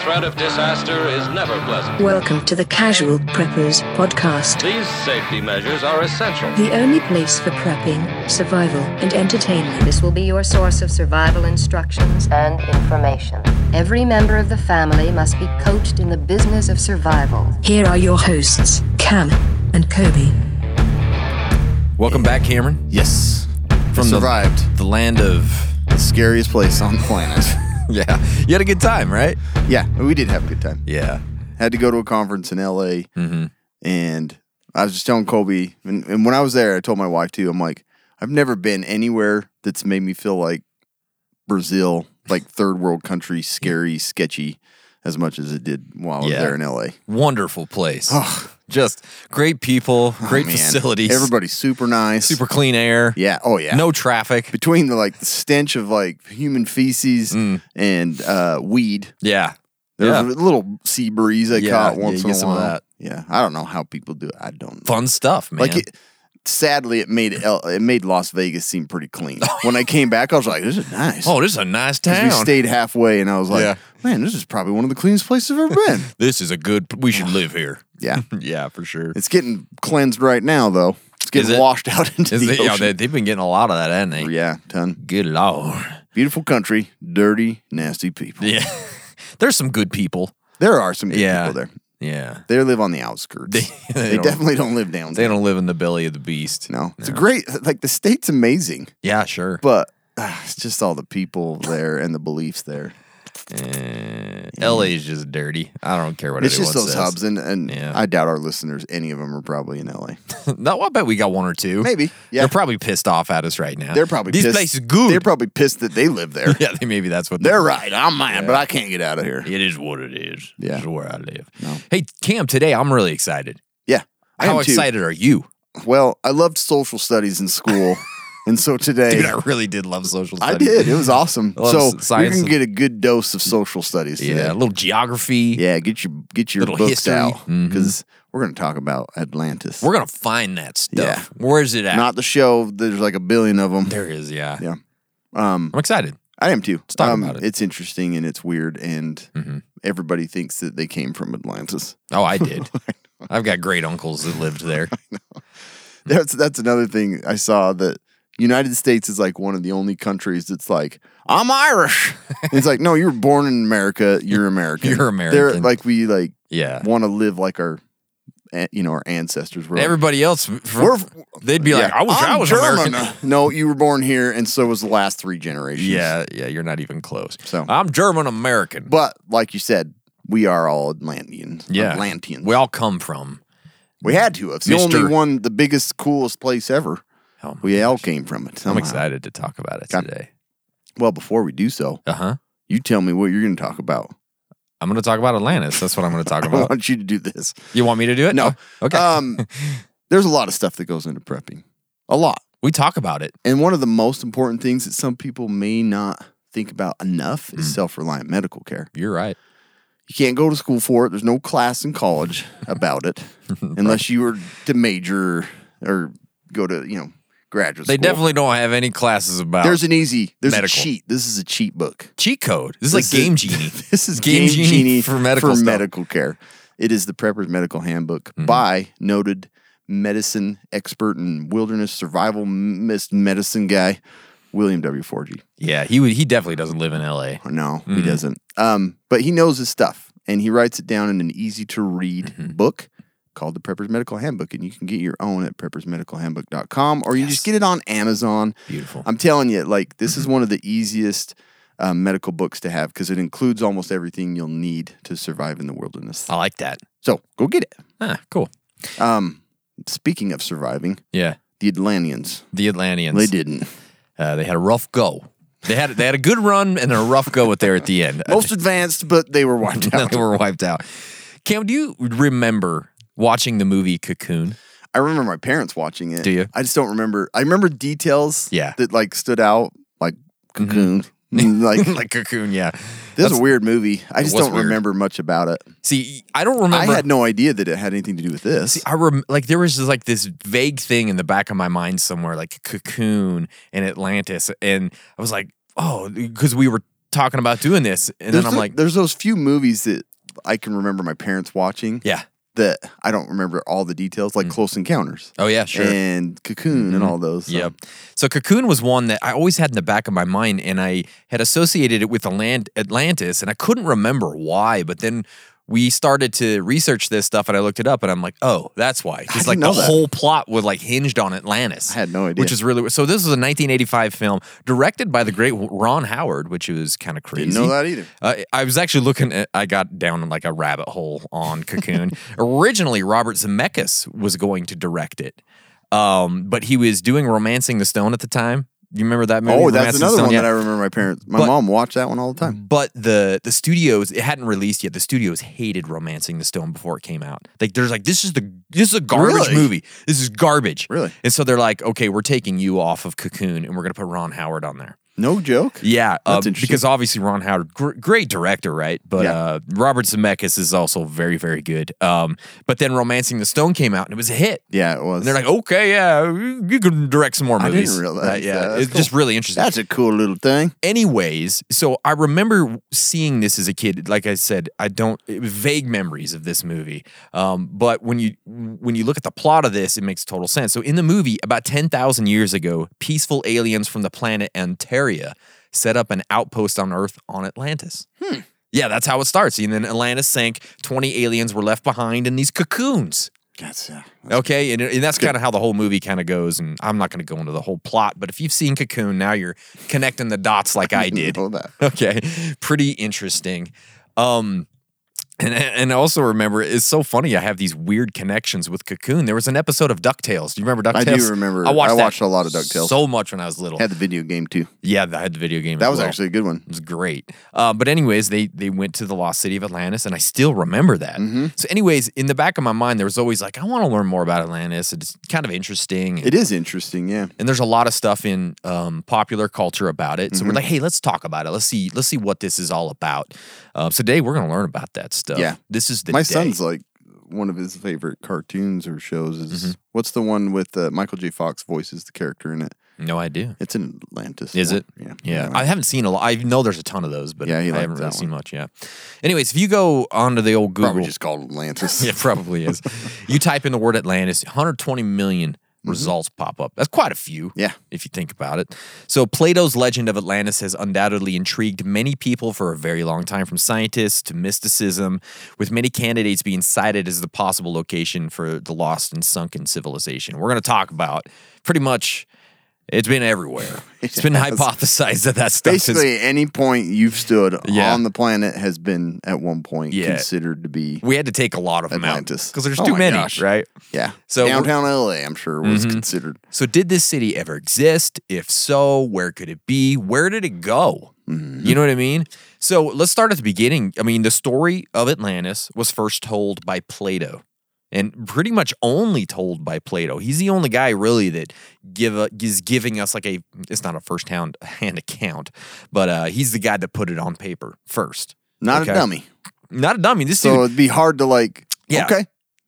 threat of disaster is never pleasant. Welcome to the Casual Preppers Podcast, These safety measures are essential. the only place for prepping, survival, and entertainment. This will be your source of survival instructions and information. Every member of the family must be coached in the business of survival. Here are your hosts, Cam and Kobe. Welcome back, Cameron. Yes. From the- survived. The land of The scariest place on the planet. yeah. You had a good time, right? yeah, we did have a good time. Yeah. Had to go to a conference in LA Mm-hmm. and I was just telling Colby and, and when I was there I told my wife too, I'm like, I've never been anywhere that's made me feel like Brazil, like third world country, scary, sketchy as much as it did while I was Yeah. there in LA. Wonderful place. Oh. Just great people, great Man, facilities, Everybody's super nice. super clean air. Yeah. Oh yeah. No traffic. between the like the stench of like human feces Mm. and uh weed. Yeah. There Yeah. was a little sea breeze I Yeah, caught yeah, once you in get a some of while. that. Yeah, I don't know how people do it. I don't know. Fun stuff, man. Like it, sadly, it made L- it made Las Vegas seem pretty clean. when I came back, I was like, "This is nice." oh, this is a nice 'Cause we town. stayed halfway, and I was like, Yeah. "Man, this is probably one of the cleanest places I've ever been." this is a good. We should live here. yeah, yeah, for sure. it's getting cleansed right now, though. It's getting it? washed out into Is the it- yeah, ocean. they, have been getting a lot of that, haven't they? yeah, ton. Good lord. Beautiful country, dirty, nasty people. Yeah. There's some good people. There are some good Yeah. people there. Yeah. They live on the outskirts. They- They, they don't- definitely don't live down They don't live in the belly of the beast. No, it's a great. Like the state's amazing, Yeah, sure. but ah, it's just all the people there and the beliefs there. Eh, LA is just dirty. I don't care what It's anyone just those says. hubs, and, and Yeah. I doubt our listeners, any of them, are probably in LA. no, I bet we got one or two. Maybe, yeah. They're probably pissed off at us right now. They're probably these pissed. places good. They're probably pissed that they live there. yeah. They, maybe that's what They're right. I'm mad, but I can't get out of here. It is what it is. Yeah. This is where I live. No. Hey, Cam. Today I'm really excited. Yeah, I How am too. excited are you? Well, I loved social studies in school, and so today. Dude, I really did love social. I Studies. did. It was awesome. I love so s- you science can and- get a good dose of social studies Yeah, today. a little geography. Yeah, get your get your Little books history. out Mhm. because we're going to talk about Atlantis. We're gonna find that stuff. Where is it at? not the show. There's like a billion of them. there is. Yeah. Yeah. Um, I'm excited. I am too. talk um, about it. Mm-hmm. It's interesting and it's weird, and everybody thinks that they came from Atlantis. Oh, I did. I've got great uncles that lived there. Hmm. That's that's another thing I saw that United States is like one of the only countries that's like I'm Irish. it's like no, you were born in America. You're American. You're They're American. like we like Yeah. want to live like our, an- you know, our ancestors were. Everybody else, from, We're- they'd be like, Yeah. "I was, i I'm was German. American." No, you were born here, and so was the last three generations. Yeah, yeah, you're not even close. So- I'm German American. But like you said, we are all Atlanteans. Yeah, Atlanteans. We all come from. we had to. It's the Mister- only one, the biggest, coolest place ever. Oh my we all came from it. I'm somehow. excited to talk about it Okay. today. Well, before we do so, Uh huh. you tell me what you're going to talk about. I'm going to talk about Atlantis. That's what I'm going to talk I about. want you to do this. you want me to do it? No. Oh, Okay. Um, there's a lot of stuff that goes into prepping, a lot. we talk about it. And one of the most important things that some people may not think about enough Mm. is self reliant medical care. You're right. You can't go to school for it. There's no class in college about it unless you were to major or go to, you know, graduate They school. definitely don't have any classes about. There's an easy, there's Medical. a cheat. This is a cheat book. cheat code. This is like Game Genie. This is Game, Genie, for medical stuff. Mm-hmm. medical care. It is the Prepper's Medical Handbook by noted medicine expert and wilderness survival m- mis- medicine guy, William W. Forgey. Yeah, he would. He definitely doesn't live in L.A. No, he doesn't. Um, but he knows his stuff and he writes it down in an easy to read book called the Prepper's Medical Handbook. And you can get your own at preppersmedicalhandbook.com or you just get it on Amazon. Beautiful. I'm telling you, like, this is one of the easiest uh, medical books to have because it includes almost everything you'll need to survive in the wilderness. I like that. So go get it. Ah, cool. Um, speaking of surviving, Yeah, the Atlanteans, the Atlanteans. they didn't. Uh, they had a rough go. They had they had a good run and a rough go with there at the end. Most advanced, but they were wiped out. they were wiped out. Cam, do you remember watching the movie Cocoon? I remember my parents watching it. Do you? I just don't remember. I remember details. Yeah. Mm-hmm. that like stood out, like cocoon. like, like Cocoon, yeah. this is That's- a weird movie. I just was don't weird. remember much about it. See, I don't remember. I had no idea that it had anything to do with this. See, I rem- like there was just, like this vague thing in the back of my mind somewhere, like Cocoon and Atlantis, and I was like, oh, because we were talking about doing this, and there's then I'm tho- like, there's those few movies that I can remember my parents watching yeah, that I don't remember all the details, like Close Encounters oh yeah, sure. Mm-hmm. and Cocoon and all those. so- Yep. So Cocoon was one that I always had in the back of my mind, and I had associated it with Atlant- Atlantis, and I couldn't remember why. But then we started to research this stuff, and I looked it up, and I'm like, oh, that's why. Because didn't like the know that. whole plot was like hinged on Atlantis. I had no idea. Which is really so. This was a 1985 film directed by the great Ron Howard, which was kind of crazy. Didn't know that either. Uh, I was actually looking at, I got down like a rabbit hole on Cocoon. Originally, Robert Zemeckis was going to direct it, um, but he was doing Romancing the Stone at the time. You remember that movie? Oh, Romancing that's the another Stone? one Yeah. that I remember my parents. My But- Mm. mom watched that one all the time. But the the studios it hadn't released yet. The studios hated Romancing the Stone before it came out. Like there's like this is the this is a garbage Really? movie. This is garbage. Really? And so they're like, okay, we're taking you off of Cocoon and we're gonna put Ron Howard on there. No joke. Yeah, uh, That's interesting. because obviously Ron Howard, gr- great director, right? But Yeah. uh, Robert Zemeckis is also very, very good. Um, but then *Romancing the Stone* came out and it was a hit. Yeah, it was. And they're like, okay, yeah, you you can direct some more I didn't movies. realize Right, yeah, that. That's it's just cool. really interesting. that's a cool little thing. Anyways, so I remember seeing this as a kid. Like I said, I don't it was vague memories of this movie. Um, but when you when you look at the plot of this, it makes total sense. So in the movie, about ten thousand years ago, peaceful aliens from the planet Antaria set up an outpost on Earth on Atlantis. Yeah, that's how it starts. And then Atlantis sank. Twenty aliens were left behind in these cocoons. That's uh, Okay, and, and that's kind of how the whole movie kind of goes. And I'm not going to go into the whole plot, but if you've seen Cocoon, now you're connecting the dots like I did. Know that. Okay, pretty interesting. Um, and and I also remember it's so funny. I have these weird connections with Cocoon. There was an episode of Ducktales. Do you remember I Ducktales? do remember- I that watched a lot of DuckTales. so much when I was little. Had the video game too. yeah, I had the video game. That as was well. actually a good one. It was great. Uh, but anyways, they they went to the lost city of Atlantis, and I still remember that. Mm-hmm. So, anyways, in the back of my mind, there was always like, I want to learn more about Atlantis. It's kind of interesting. It is interesting. Yeah. and there's a lot of stuff in um, popular culture about it. So Mm-hmm. we're like, hey, let's talk about it. Let's see, let's see what this is all about. Uh, so today we're gonna learn about that stuff. Yeah. this is the my day. son's like one of his favorite cartoons or shows is Mm-hmm. what's the one with uh, Michael J. Fox voices the character in it. no idea. It's in Atlantis. Is one. it? Yeah. Yeah, I haven't seen a lot. I know there's a ton of those, but Yeah, he I liked haven't really that seen one. much. Yeah. Anyways, if you go onto the old Google, Probably just called Atlantis. Yeah, probably is. you type in the word Atlantis, 120 million Mm-hmm. results pop up. That's quite a few. Yeah. If you think about it. So, Plato's legend of Atlantis has undoubtedly intrigued many people for a very long time, from scientists to mysticism, with many candidates being cited as the possible location for the lost and sunken civilization. We're going to talk about pretty much. It's been everywhere. It's been has. hypothesized that that stuff is Basically, any point you've stood Yeah. on the planet has been at one point Yeah. considered to be. we had to take a lot of them out Atlantis. because there's Oh too my many, gosh. right? Yeah. So Mm-hmm. we're- downtown LA, I'm sure, was considered. So, did this city ever exist? If so, where could it be? Where did it go? You know what I mean? So, let's start at the beginning. I mean, the story of Atlantis was first told by Plato and pretty much only told by Plato. He's the only guy really that give a, is giving us like a it's not a first hand hand account, but uh he's the guy that put it on paper first. Not Okay. a dummy. Not a dummy. This So dude, it'd be hard to like. Yeah. Okay,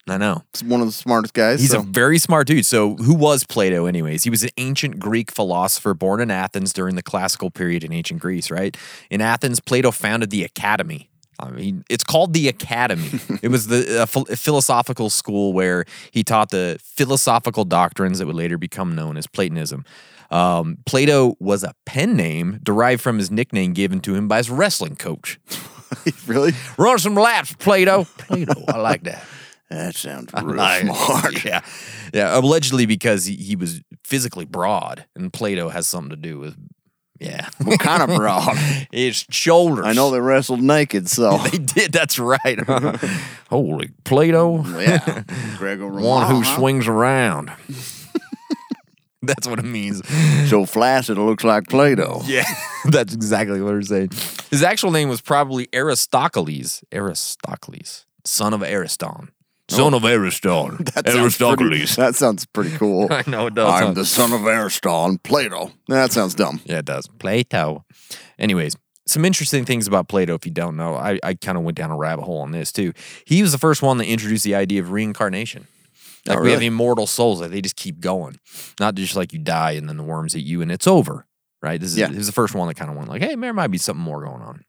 I know. it's one of the smartest guys. He's so. a very smart dude. So, who was Plato, anyways? He was an ancient Greek philosopher born in Athens during the classical period in ancient Greece, right? In Athens, Plato founded the Academy. I mean, it's called the Academy. it was the uh, phil- philosophical school where he taught the philosophical doctrines that would later become known as Platonism. Um, Plato was a pen name derived from his nickname given to him by his wrestling coach. really. Run some laps, Plato. Plato, I like that. That sounds real Like, smart. Yeah. Yeah. Allegedly because he, he was physically broad and Plato has something to do with yeah. What kind of broad? His shoulders. I know they wrestled naked, so they did, that's right. Holy Plato. yeah. Uh-huh. Gregor One who Romano, huh? swings around. that's what it means. so flaccid it looks like Plato. Yeah. That's exactly what we're saying. His actual name was probably Aristocles. Aristocles. Son of Ariston. Son of Ariston. Aristocles. Oh. Pretty, that sounds pretty cool. I know it does. huh? I'm the son of Ariston, Plato. That sounds dumb. Yeah, it does. Plato. Anyways, some interesting things about Plato, if you don't know. I, I kind of went down a rabbit hole on this too. He was the first one that introduced the idea of reincarnation. Like we have really? immortal souls that they just keep going, not just like you die and then the worms eat you and it's over. right? This is, Yeah. this is the first one that kind of went like, hey, there might be something more going on.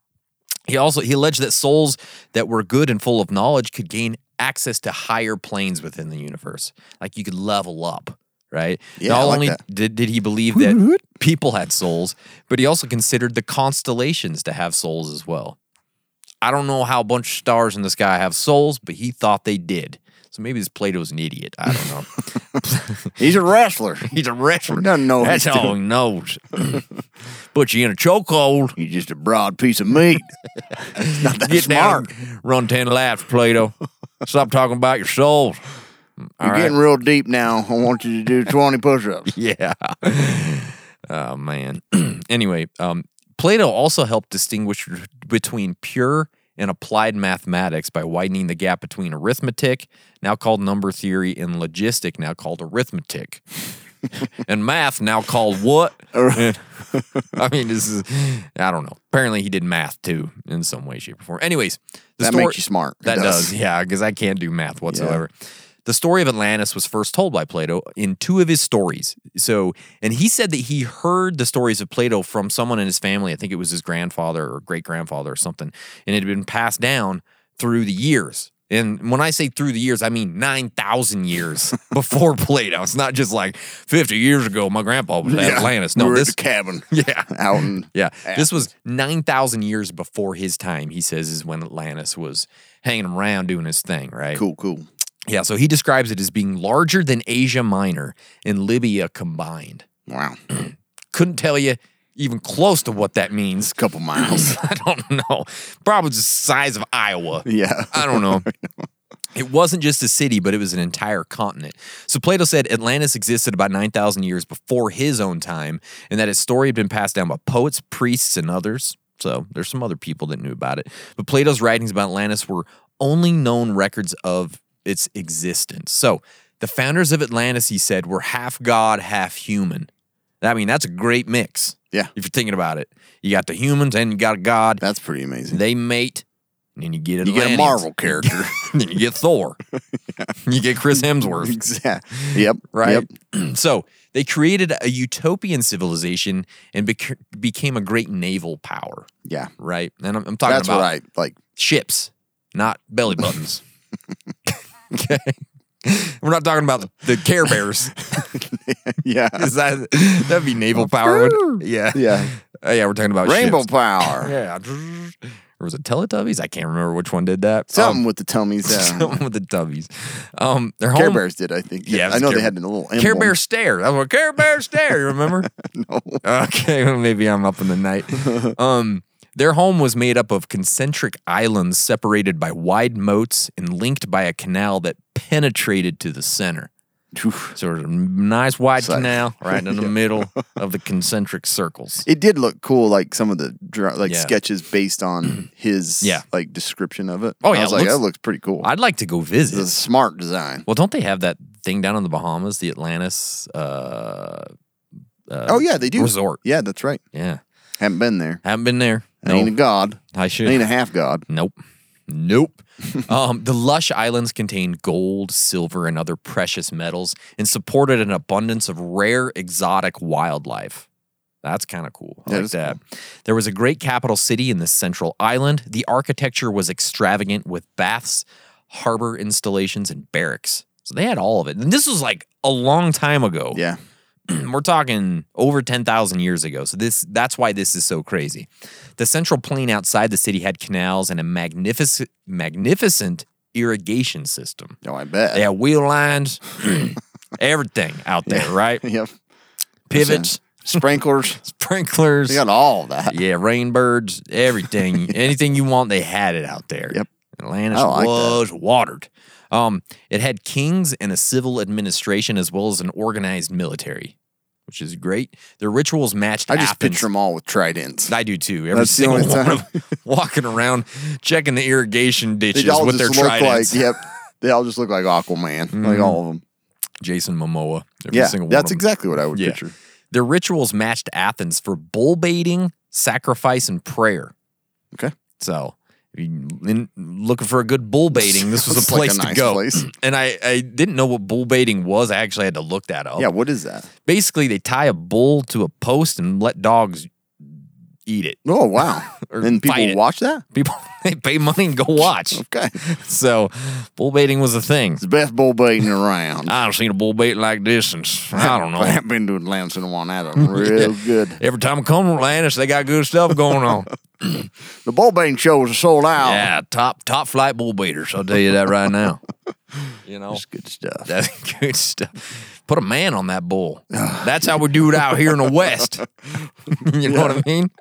He also he alleged that souls that were good and full of knowledge could gain access to higher planes within the universe. Like you could level up, right? Yeah, Not I like only that. did, did he believe that people had souls, but he also considered the constellations to have souls as well. I don't know how a bunch of stars in the sky have souls, but he thought they did. So maybe this Plato's an idiot. I don't know. He's a wrestler. He's a wrestler. He doesn't know what That's he's all he knows. Put you in a chokehold. He's just a broad piece of meat. He's not that Get smart. down. Run 10 laps, Plato. Stop talking about your souls. You're getting real deep now. I want you to do 20 push ups. Yeah. Oh, man. anyway, um, Plato also helped distinguish between pure and applied mathematics by widening the gap between arithmetic, now called number theory, and logistic, now called arithmetic. and math, now called what? I mean, this is, I don't know. Apparently, he did math too in some way, shape, or form. Anyways, the That story- makes you smart. It That does. does. Yeah, because I can't do math whatsoever. The story of Atlantis was first told by Plato in two of his stories. So, and he said that he heard the stories of Plato from someone in his family. I think it was his grandfather or great grandfather or something. And it had been passed down through the years. And when I say through the years, I mean 9,000 years before Plato. It's not just like 50 years ago, my grandpa was at Atlantis. No, we were this, at the cabin yeah. out in. Yeah. This was 9,000 years before his time, he says, is when Atlantis was hanging around doing his thing, right? Cool, cool. Yeah. So he describes it as being larger than Asia Minor and Libya combined. Wow. A Couldn't tell you even close to what that means. couple miles. I don't know. Probably just the size of Iowa. Yeah. I don't know. It wasn't just a city, but it was an entire continent. So Plato said Atlantis existed about 9,000 years before his own time, and that its story had been passed down by poets, priests, and others. So there's some other people that knew about it. But Plato's writings about Atlantis were only known records of its existence. So the founders of Atlantis, he said, were half god, half human. I mean, that's a great mix. Yeah. If you're thinking about it, you got the humans and you got a god. That's pretty amazing. They mate, and then you get You Atlantis. get a Marvel character. then you get Thor. You get Chris Hemsworth, exactly. Yep. right? Yep. so they created a utopian civilization and bec- became a great naval power, Yeah. right? And I'm, I'm talking That's about what I like. ships, not belly buttons. okay. We're not talking about the Care Bears. Yeah. Is that, that'd be naval power. wouldn't it? Yeah. Yeah. Uh, yeah, we're talking about Rainbow ships. power. Yeah. Or was it Teletubbies? I can't remember which one did that. Something Um, with the tummies. Yeah. something with the Tubbies. Um, their Care home, Bears did, I think. Yeah, it I was know they Care- had a little Care emblem. Bear stare. That was a Care Bear stare. You remember? no. Okay, well, maybe I'm up in the night. Um, their home was made up of concentric islands separated by wide moats and linked by a canal that penetrated to the center. So there's a nice wide Sight. canal right in the middle of the concentric circles. It did look cool, like some of the dra- like Yeah. sketches based on his Yeah. like description of it. Oh, I yeah, was it like looks- that looks pretty cool. I'd like to go visit. It's a smart design. well, don't they have that thing down in the Bahamas, the Atlantis? Uh, uh, oh yeah, they do resort. Yeah, that's right. Yeah, Haven't been there. haven't been there. I ain't a No, god. I I should. ain't a half god. Nope. Nope. um, the lush islands contained gold, silver, and other precious metals and supported an abundance of rare exotic wildlife. That's kind of cool. I That like is that. There was a great capital city in this central island. The architecture was extravagant with baths, harbor installations, and barracks. So they had all of it. And this was like a long time ago Yeah, we're talking over 10,000 years ago. So this that's why this is so crazy. The central plain outside the city had canals and a magnificent magnificent irrigation system. no, Oh, I bet. They had wheel lines, everything out there, right? yep. Pivots, Sprinklers. sprinklers, they got all of that. yeah, rainbirds, everything, anything you want, they had it out there. Yep. Atlantis I like that. was watered. Um, it had kings and a civil administration as well as an organized military, which is great. Their rituals matched. I just Athens. picture them all with tridents. I do too. Every That's the single only one time. of them walking around checking the irrigation ditches with their look tridents. like. Yep. They all just look like Aquaman. Like all of them. Jason Momoa. Every yeah, single one that's of 'em. exactly what I would Yeah. picture. Their rituals matched Athens for bull baiting, sacrifice, and prayer. Okay. So if in, looking for a good bull baiting, this was a Sounds like place a nice to go. place. And I, I didn't know what bull baiting was. I actually had to look that up. Yeah, what is that? Basically, they tie a bull to a post and let dogs eat it. Oh wow! Or and people fight it. watch that. People they pay money and go watch. Okay, So bull baiting was a thing. it's the best bull baiting around. I haven't seen a bull bait like this since I don't I know. have been to Atlanta and one out of real good. Every time I come to Atlantis, they got good stuff going on. The bull baiting shows are sold out. Yeah, top top flight bull beaters. I'll tell you that right now. you know, It's good stuff. that's good stuff. Put a man on that bull. That's how we do it out here in the West. you know what I mean?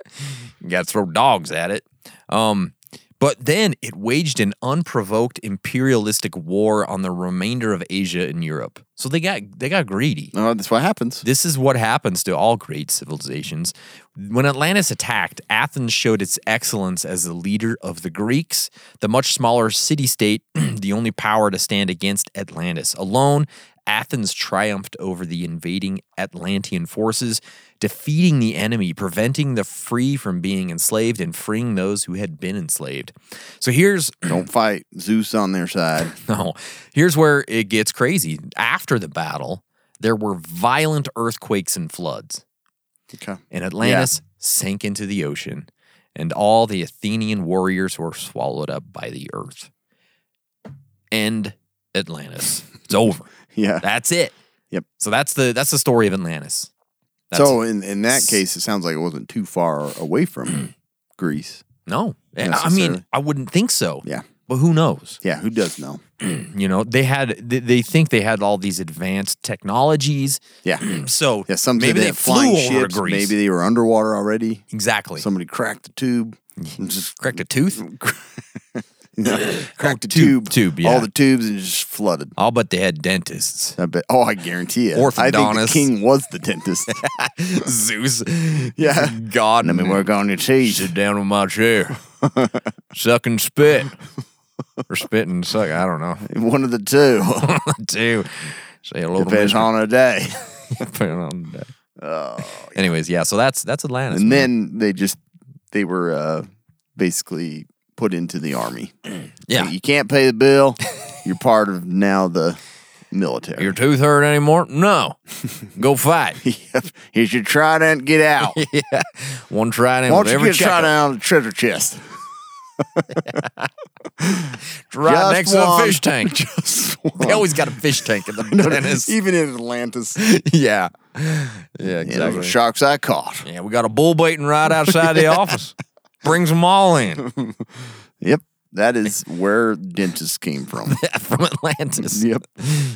You got to throw dogs at it. Um, but then it waged an unprovoked imperialistic war on the remainder of Asia and Europe. So they got they got greedy. No, that's what happens. This is what happens to all great civilizations. When Atlantis attacked, Athens showed its excellence as the leader of the Greeks, the much smaller city state, the only power to stand against Atlantis. Alone, Athens triumphed over the invading Atlantean forces, defeating the enemy, preventing the free from being enslaved, and freeing those who had been enslaved. So here's Don't fight Zeus on their side. no. Here's where it gets crazy. After the battle, there were violent earthquakes and floods, Okay. and Atlantis sank into the ocean, and all the Athenian warriors were swallowed up by the earth. End Atlantis. It's over. Yeah. That's it. Yep. So that's the that's the story of Atlantis. That's so in, in that case, it sounds like it wasn't too far away from Greece. no. I mean, Necessarily. I wouldn't think so. Yeah. But who knows? Yeah. Who does know? You know, they had they, they think they had all these advanced technologies. Yeah. So Yeah. Some maybe said they, had flew flying over ships. to Greece. Maybe they were underwater already. exactly. Somebody cracked the tube. and just Correct a tooth. cracked the tube- tube. tube, yeah. All the tubes and just flooded. I'll bet they had dentists. I bet. Oh, I guarantee it. I think the Orthodontist. king was the dentist. Zeus. Yeah. God. Let me work on your teeth. Sit down on my chair. suck and spit. Or spit and suck. I don't know. One of the two. Two. Say hello to Depends Mr. on a day. Uh, Depending on the day. Anyways, yeah. So that's that's Atlantis. and man. then they just they were uh, basically put into the army. yeah. you can't pay the bill. You're part of now the military. Your tooth hurt anymore? No. Go fight. Yep. Here's your trident. Get out. One try in Why with don't you every get a check. trident out of the treasure chest? Right Just next to the one. fish tank. Just one. They always got a fish tank in the No, no, Atlantis. Even in Atlantis, yeah. Yeah, you know, the exactly. sharks I caught. Yeah, we got a bull baiting right outside the office. Brings them all in Yep, that is where dentists came from. from Atlantis. yep.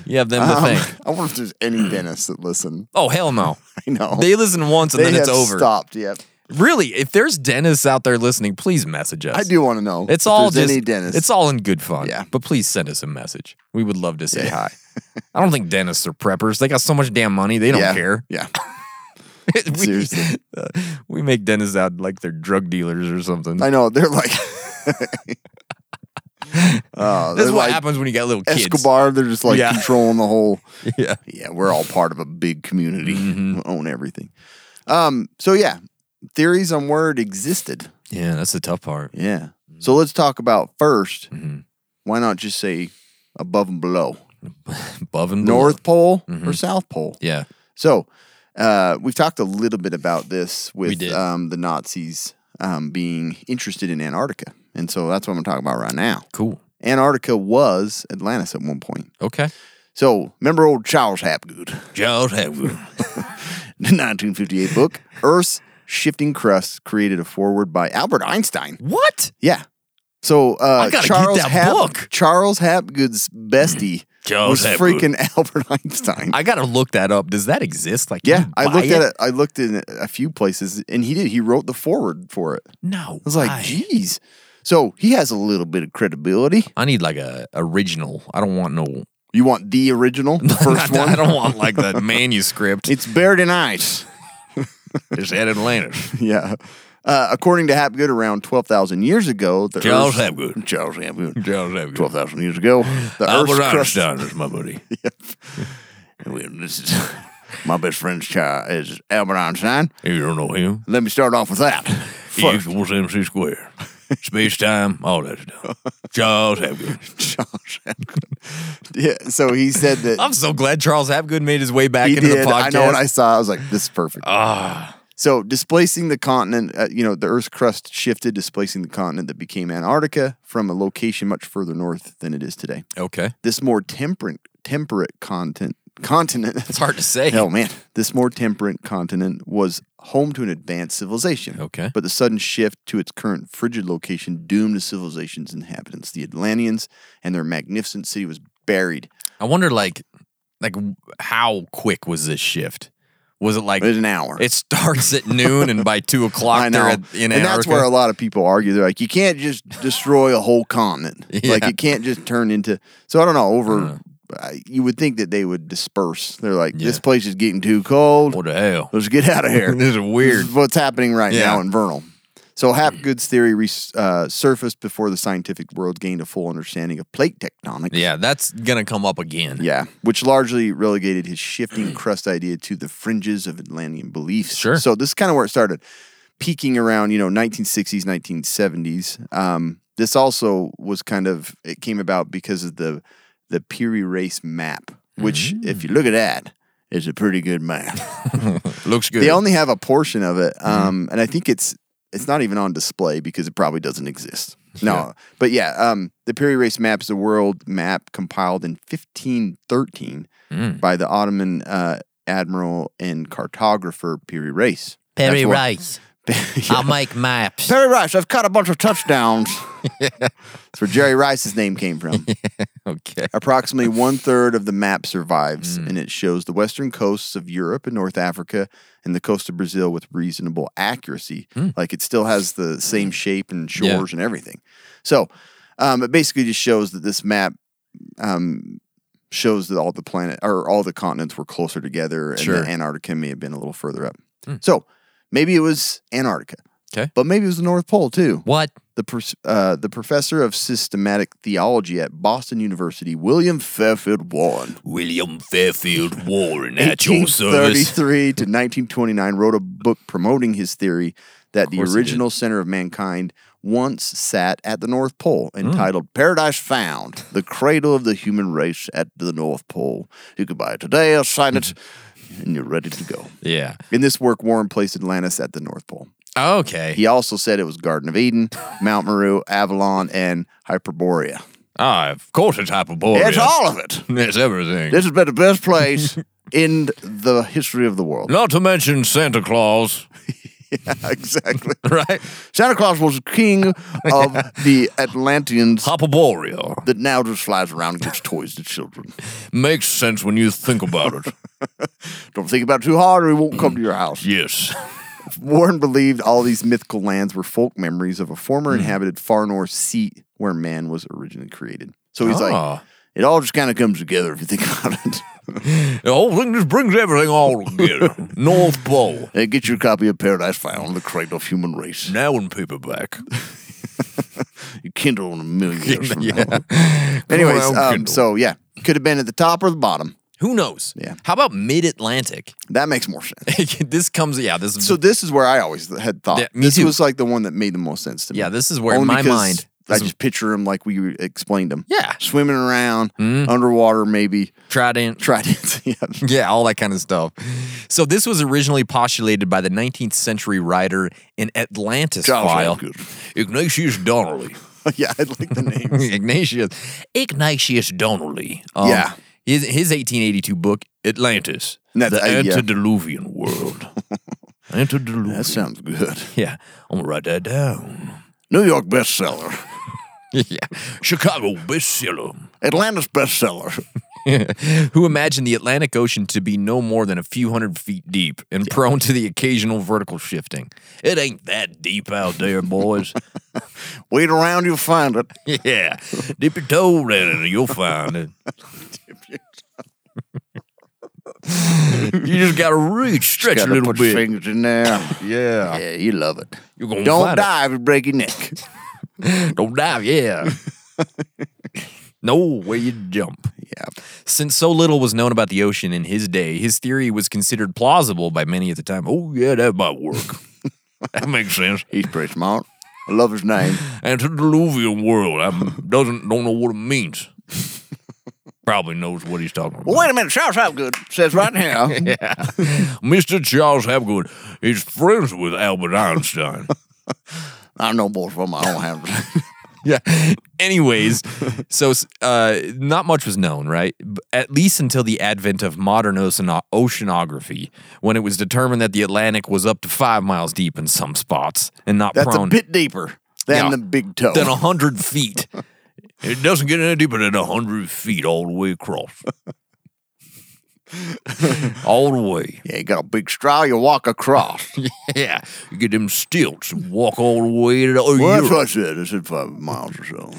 You have them to Um, think. I wonder if there's any dentists that listen. Oh hell no! I know They listen once and They then it's have over. Stopped. Yep. Really, if there's dentists out there listening, please message us. I do want to know. It's if all there's just any dentist. it's all in good fun. Yeah. but please send us a message. We would love to say Yeah. hi. I don't think dentists are preppers. They got so much damn money. They don't yeah. care. Yeah. we, Seriously. uh, we make dentists out like they're drug dealers or something. I know. They're like. Uh, That's they're what like happens when you got little kids. Escobar, they're just like Yeah. controlling the whole. Yeah. Mm-hmm. Yeah, we're all part of a big community. We own everything. Um. So yeah, theories on where it existed. Yeah, that's the tough part. Yeah. Mm-hmm. So let's talk about 1st Mhm. Why not just say above and below, Above and below. North Pole or Mhm. South Pole? Yeah. So uh, we've talked a little bit about this with did. um, the Nazis um, being interested in Antarctica. And so that's what I'm talking about right now. Cool. Antarctica was Atlantis at one point. Okay. So remember old Charles Hapgood, Joe Hagwood. the 1958 book, Earth's Shifting Crust, created a foreword by Albert Einstein. What? Yeah. So uh, I gotta get Charles that Hap- book. Charles Hapgood's bestie Charles was Hapgood. freaking Albert Einstein. I gotta look that up. Does that exist? Like, yeah, can I you buy looked at it. I looked in a few places, and he did. He wrote the foreword for it. I No, I was like, "Geez." So he has a little bit of credibility. I need like a original. I don't want no You want the original, the first I, one? don't want like the manuscript. It's buried in ice. It's at Atlantis. yeah. Uh, according to Hapgood, around twelve thousand years ago, the Charles Earth's- Hapgood. Charles Hapgood, Charles Hapgood. twelve thousand years ago, the Albert Earth's crust. Einstein is my buddy. Well, this is my best friend's child is Albert Einstein. You don't know him. Let me start off with that. He First, equals MC squared. Space time, all that stuff. Charles Hapgood. Josh Hapgood. yeah. So he said that I'm so glad Charles Hapgood made his way back he into did. the podcast. I know what I saw. I was like, this is perfect. Ah, So displacing the continent, uh, you know, the Earth's crust shifted, displacing the continent that became Antarctica from a location much further north than it is today. okay. This more temperate, temperate content, continent. It's hard to say. Hell, man, this more temperate continent was home to an advanced civilization. Okay. But the sudden shift to its current frigid location doomed the civilization's inhabitants. The Atlanteans and their magnificent city was buried. I wonder, like, like how quick was this shift? Was it like It was an hour. It starts at noon, and by two o'clock, they're at, in and that's Antarctica? where a lot of people argue. They're like, you can't just destroy a whole continent. Like Yeah. Uh-huh. it can't just turn into. So I don't know. Over, I you would think that they would disperse. They're like, this Yeah. place is getting too cold. What Oh, the hell? Let's get out of here. This is weird. This is what's happening right Yeah. now in Vernal. So Hapgood's theory res- uh, surfaced before the scientific world gained a full understanding of plate tectonics. Yeah, that's gonna come up again. Yeah, which largely relegated his shifting crust idea to the fringes of Atlantean beliefs. Sure. So this is kind of where it started, peaking around you know 1960s, 1970s. Um, this also was kind of it came about because of the the Piri race map, which Mm. if you look at that, is a pretty good map. looks good. They only have a portion of it, um, and I think it's it's not even on display because it probably doesn't exist. No, but yeah, um, the Piri race map is a world map compiled in 1513 by the Ottoman uh, admiral and cartographer Piri Reis. Perry That's what- Rice. I'll make maps. Perry Rice, I've caught a bunch of touchdowns. That's where Jerry Rice's name came from. okay. Approximately one third of the map survives, Hmm. and it shows the western coasts of Europe and North Africa and the coast of Brazil with reasonable accuracy. Like it still has the same shape and Hmm. Yeah. shores and everything. So um, it basically just shows that this map um, shows that all the planet or all the continents were closer together, and Sure. Hmm. that Antarctica may have been a little further up. So maybe it was Antarctica. 'Kay. But maybe it was the North Pole too What? the pers- uh, the professor of systematic theology at Boston University, William Fairfield Warren, William Fairfield Warren at your service. 1833 to 1929, wrote a book promoting his theory that the course he did. original center of mankind once sat at the North Pole, Hmm. entitled "Paradise Found: The Cradle of the Human Race at the North Pole." You can buy it today, or sign it, Mm-hmm. and you're ready to go. Yeah. In this work, Warren placed Atlantis at the North Pole. Okay. He also said it was Garden of Eden, Mount Meru, Avalon, and Hyperborea. Ah, of course it's hyperborea. It's all of it. It's everything. This has been the best place in the history of the world. Not to mention Santa Claus, exactly. right? Santa Claus was king of the Atlanteans Hyperborea. that now just flies around and gives toys to children. Makes sense when you think about it. Don't think about it too hard or he won't come to your house. yes. Warren believed all these mythical lands were folk memories of a Hmm. former inhabited far north sea where man was originally created. So he's like, Ah. it all just kind of comes together if you think about it. The whole thing oh, just brings everything all together. North Pole. Hey, get your copy of Paradise Found, The Cradle of Human Race. Now in paperback. You Kindle in a million years from now. yeah. Anyways, Well, um, Kindle. so yeah, could have been at the top or the bottom. Who knows? Yeah. How about mid Atlantic? That makes more sense. this comes, yeah, this is So this is where I always had thought. Yeah, me this too. was like the one that made the most sense to me. Yeah, this is where Only in my because mind- I this is- just picture him like we explained him. Yeah. Mm. swimming around underwater, maybe Trident. trident. yeah, Yeah, all that kind of stuff. So this was originally postulated by the 19th century writer and Atlantis Charles file, Hapgood. Ignatius Donnelly. yeah. I like the name. Ignatius, Ignatius Donnelly. Um, Yeah. his his 1882 book Atlantis, And that's- the I- yeah. Antediluvian World. Antediluvian. that sounds good. yeah, I'm gonna write that down. New York bestseller, yeah, Chicago bestseller. Atlanta's bestseller. who imagined the Atlantic Ocean to be no more than a few hundred feet deep and prone to the occasional vertical shifting. It ain't that deep out there, boys. Wait around, you'll find it. yeah. Dip your toe in it and you'll find it. you just gotta reach, stretch Gotta a little put bit. your fingers in there. Yeah. yeah, you love it. You're gonna Don't find it. die if you break your neck. Don't dive, yeah. no way you jump. yeah. Since so little was known about the ocean in his day, his theory was considered plausible by many at the time. Oh, yeah, that might work. that makes sense. He's pretty smart. I love his name. And to the Diluvian world, I doesn't don't know what it means. Probably knows what he's talking about. well, wait a minute. Charles Hopgood says right now. Mr. Charles Hapgood is friends with Albert Einstein. I know both of them. I don't have. yeah. Anyways, so uh, not much was known, right? B- At least until the advent of modern oceano- oceanography, when it was determined that the Atlantic was up to five miles deep in some spots and not That's prone a bit deeper than Yeah. the big toe. than 100 feet. It doesn't get any deeper than 100 feet all the way across. all the way. yeah, you got a big straw. You walk across. Yeah. You get them stilts and walk all the way to the well, that's Europe. what I said. I said five miles or so,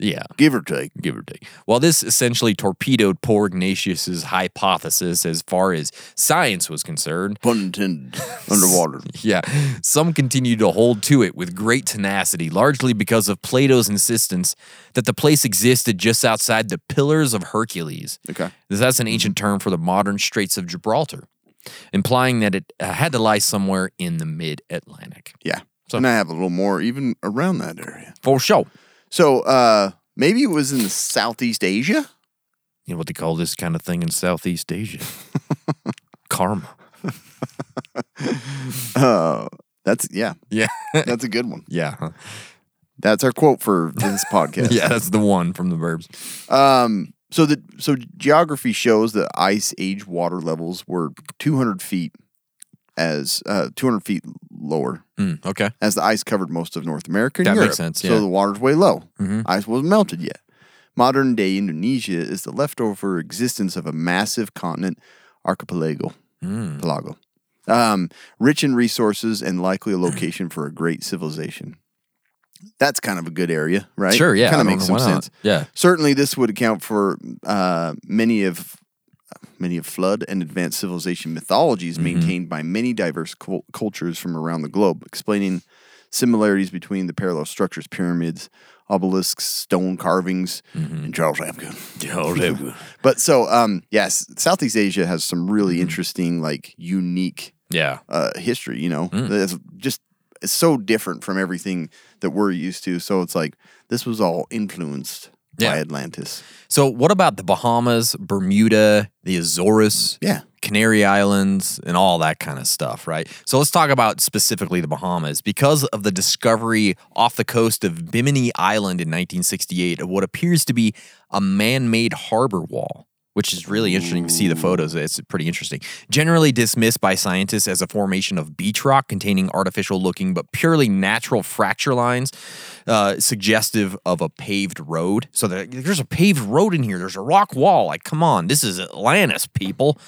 Yeah. give or take. give or take. While this essentially torpedoed poor Ignatius's hypothesis as far as science was concerned, Pun intended. Underwater. yeah, some continued to hold to it with great tenacity, largely because of Plato's insistence that the place existed just outside the Pillars of Hercules. Okay. That's an ancient term for the modern Straits of Gibraltar, implying that it uh, had to lie somewhere in the mid Atlantic. Yeah. So- and I have a little more even around that area. For sure. So uh maybe it was in the Southeast Asia. You know what they call this kind of thing in Southeast Asia? Karma. Uh, that's yeah. Yeah. That's a good one. Yeah. huh. That's our quote for this podcast. Yeah, that's the one from the verbs. Um. So the so geography shows that ice age water levels were 200 feet as uh 200 feet lower Mm, okay. as the ice covered most of North America and That Europe. makes sense, yeah. Mm-hmm. So the water's way low. Ice wasn't melted yet. Modern day Indonesia is the leftover existence of a massive continent archipelago. Mm. Pelago. Um, rich in resources and likely Mm. a location for a great civilization. That's kind of a good area, right? Sure, yeah. Kind I of don't makes know, some why not? sense. Yeah. Certainly, this would account for uh, many of many of flood and advanced civilization mythologies maintained by many diverse cul- cultures from around the globe, explaining similarities between the parallel structures, pyramids, obelisks, stone carvings, and Charles Hapgood. But so, um, yes, Southeast Asia has some really interesting, like, unique yeah. uh, history. You know, it's just it's so different from everything that we're used to. So it's like this was all influenced by Yeah. Atlantis. So, what about the Bahamas, Bermuda, the Azores, Yeah. Canary Islands, and all that kind of stuff, right? So, let's talk about specifically the Bahamas. Because of the discovery off the coast of Bimini Island in 1968 of what appears to be a man made harbor wall. Which is really interesting to see the photos. It's pretty interesting. Generally dismissed by scientists as a formation of beach rock containing artificial looking but purely natural fracture lines, uh, suggestive of a paved road. So they're like, there's a paved road in here. There's a rock wall. Like, come on, this is Atlantis, people.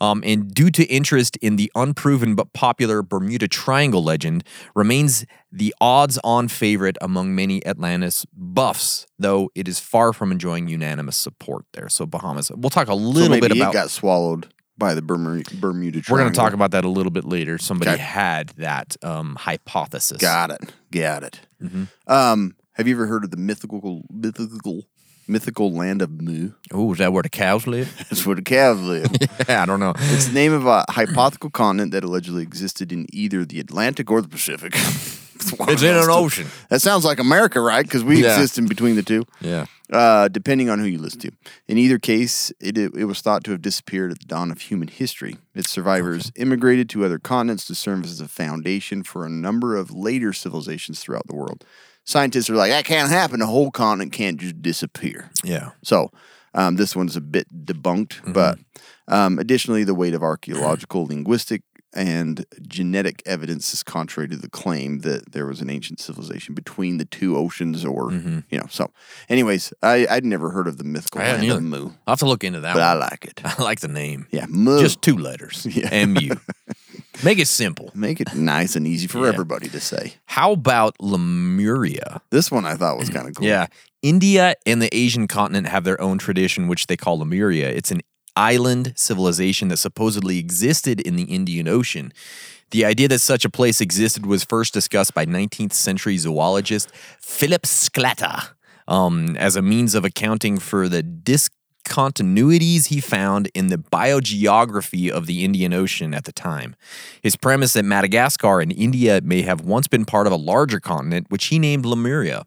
Um, and due to interest in the unproven but popular Bermuda Triangle legend, remains the odds-on favorite among many Atlantis buffs, though it is far from enjoying unanimous support there. So Bahamas, we'll talk a So little maybe bit about. it got swallowed by the Bermuda, Bermuda Triangle. we're going to talk about that a little bit later. Somebody Okay. had that um, hypothesis. Got it. Got it. Mm-hmm. Um, have you ever heard of the mythical mythical mythical land of Mu? Oh, is that where the cows live? That's where the calves live. yeah, I don't know. It's the name of a hypothetical continent that allegedly existed in either the Atlantic or the Pacific. it's one It's of in those an two. ocean. That sounds like America, right? Because we Yeah. exist in between the two. Yeah. uh, depending on who you listen to. In either case, it, it, was thought to have disappeared at the dawn of human history. Its survivors immigrated to other continents to serve as a foundation for a number of later civilizations throughout the world. Scientists are like, that can't happen. A whole continent can't just disappear. Yeah. So um, this one's a bit debunked, Mm-hmm. but um, additionally, the weight of archaeological, linguistic, and genetic evidence is contrary to the claim that there was an ancient civilization between the two oceans, or you know. So, anyways, I, I'd never heard of the mythical Mm-hmm. I hadn't land of either. Mu, I'll have to look into that but I one. like it. I like the name. Yeah, Mu. Just two letters. Yeah. MU. Make it simple. make it nice and easy for Yeah. everybody to say. How about Lemuria? This one I thought was kind of cool. Yeah. India and the Asian continent have their own tradition, which they call Lemuria. It's an island civilization that supposedly existed in the Indian Ocean. The idea that such a place existed was first discussed by 19th century zoologist Philip Sclater um, as a means of accounting for the dis- continuities he found in the biogeography of the Indian Ocean at the time. His premise that Madagascar and India may have once been part of a larger continent, which he named Lemuria,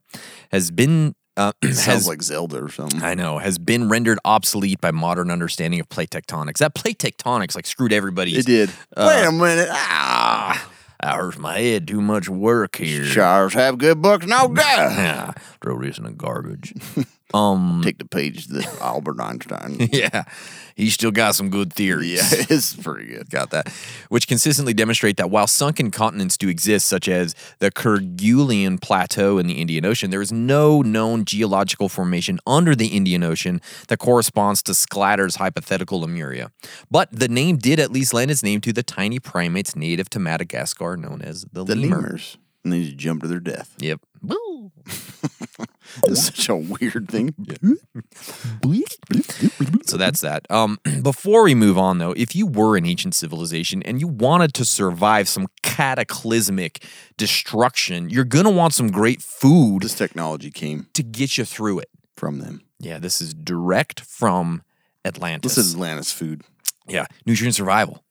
has been uh, Sounds has like Zelda or something. I know, has been rendered obsolete by modern understanding of plate tectonics. That plate tectonics like screwed everybody. It did. Uh, Wait a minute. Ah, I hurt my head too much work here. Shires have good books. No good. Yeah, throw this in the garbage. Take the page that Albert Einstein. yeah, he still got some good theories. yeah, it's pretty good. Got that. Which consistently demonstrate that while sunken continents do exist, such as the Kerguelen Plateau in the Indian Ocean, there is no known geological formation under the Indian Ocean that corresponds to Sclatter's hypothetical Lemuria. But the name did at least lend its name to the tiny primates native to Madagascar known as the, The lemur. lemurs. And they just jump to their death. Yep. Woo. It's such a weird thing. So that's that. Um, before we move on, though, if you were an ancient civilization and you wanted to survive some cataclysmic destruction, you're going to want some great food This technology came to get you through it. from them. Yeah, this is direct from Atlantis. This is Atlantis food. yeah, nutrient survival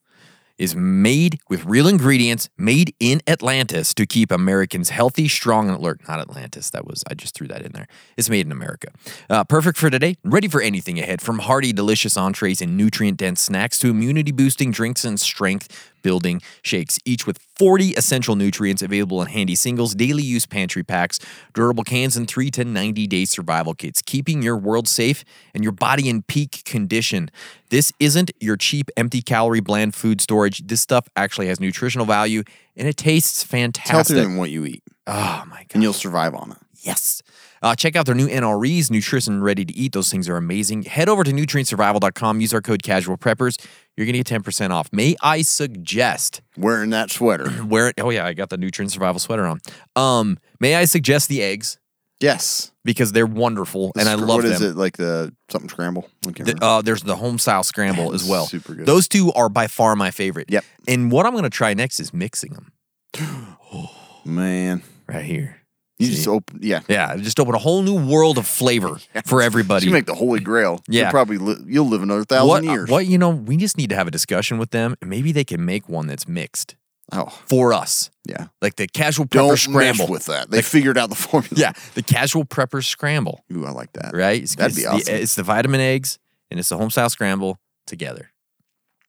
is made with real ingredients made in Atlantis to keep Americans healthy, strong, and alert. Not Atlantis. That was, I just threw that in there. It's made in America. Uh, perfect for today, ready for anything ahead from hearty, delicious entrees and nutrient dense snacks to immunity boosting drinks and strength building shakes, each with 40 essential nutrients available in handy singles, daily use pantry packs, durable cans, and 3 to 90 day survival kits, keeping your world safe and your body in peak condition. This isn't your cheap, empty calorie, bland food storage. This stuff actually has nutritional value and it tastes It's healthier fantastic. than what you eat, Oh my God. and you'll survive on it. Yes. Uh, check out their new NREs, Nutrition Ready to Eat. Those things are amazing. Head over to nutrientsurvival.com, use our code casual preppers. You're going to get 10% off. May I suggest Wearing that sweater. wear it. Oh yeah, I got the nutrient survival sweater on. Um, may I suggest the eggs Yes. because they're wonderful and I Scr- love What them. is it? Like the something scramble? I can't The- remember. uh, there's the home style scramble as well. Super good. Those two are by far my favorite. Yep. And what I'm gonna try next is mixing them oh. Man. right here. You just open. Yeah. Yeah, just open a whole new world of flavor for everybody. You make the Holy Grail. Yeah. You'll probably li- you'll live another thousand what, uh, years. what you know, we just need to have a discussion with them, and maybe they can make one that's mixed Oh, for us, yeah. like the casual prepper Don't scramble scramble with that. They figured out the formula. Yeah, the casual prepper scramble. Ooh, I like that. right? It's, That'd be it's awesome. The, it's the vitamin eggs and it's the home style scramble together.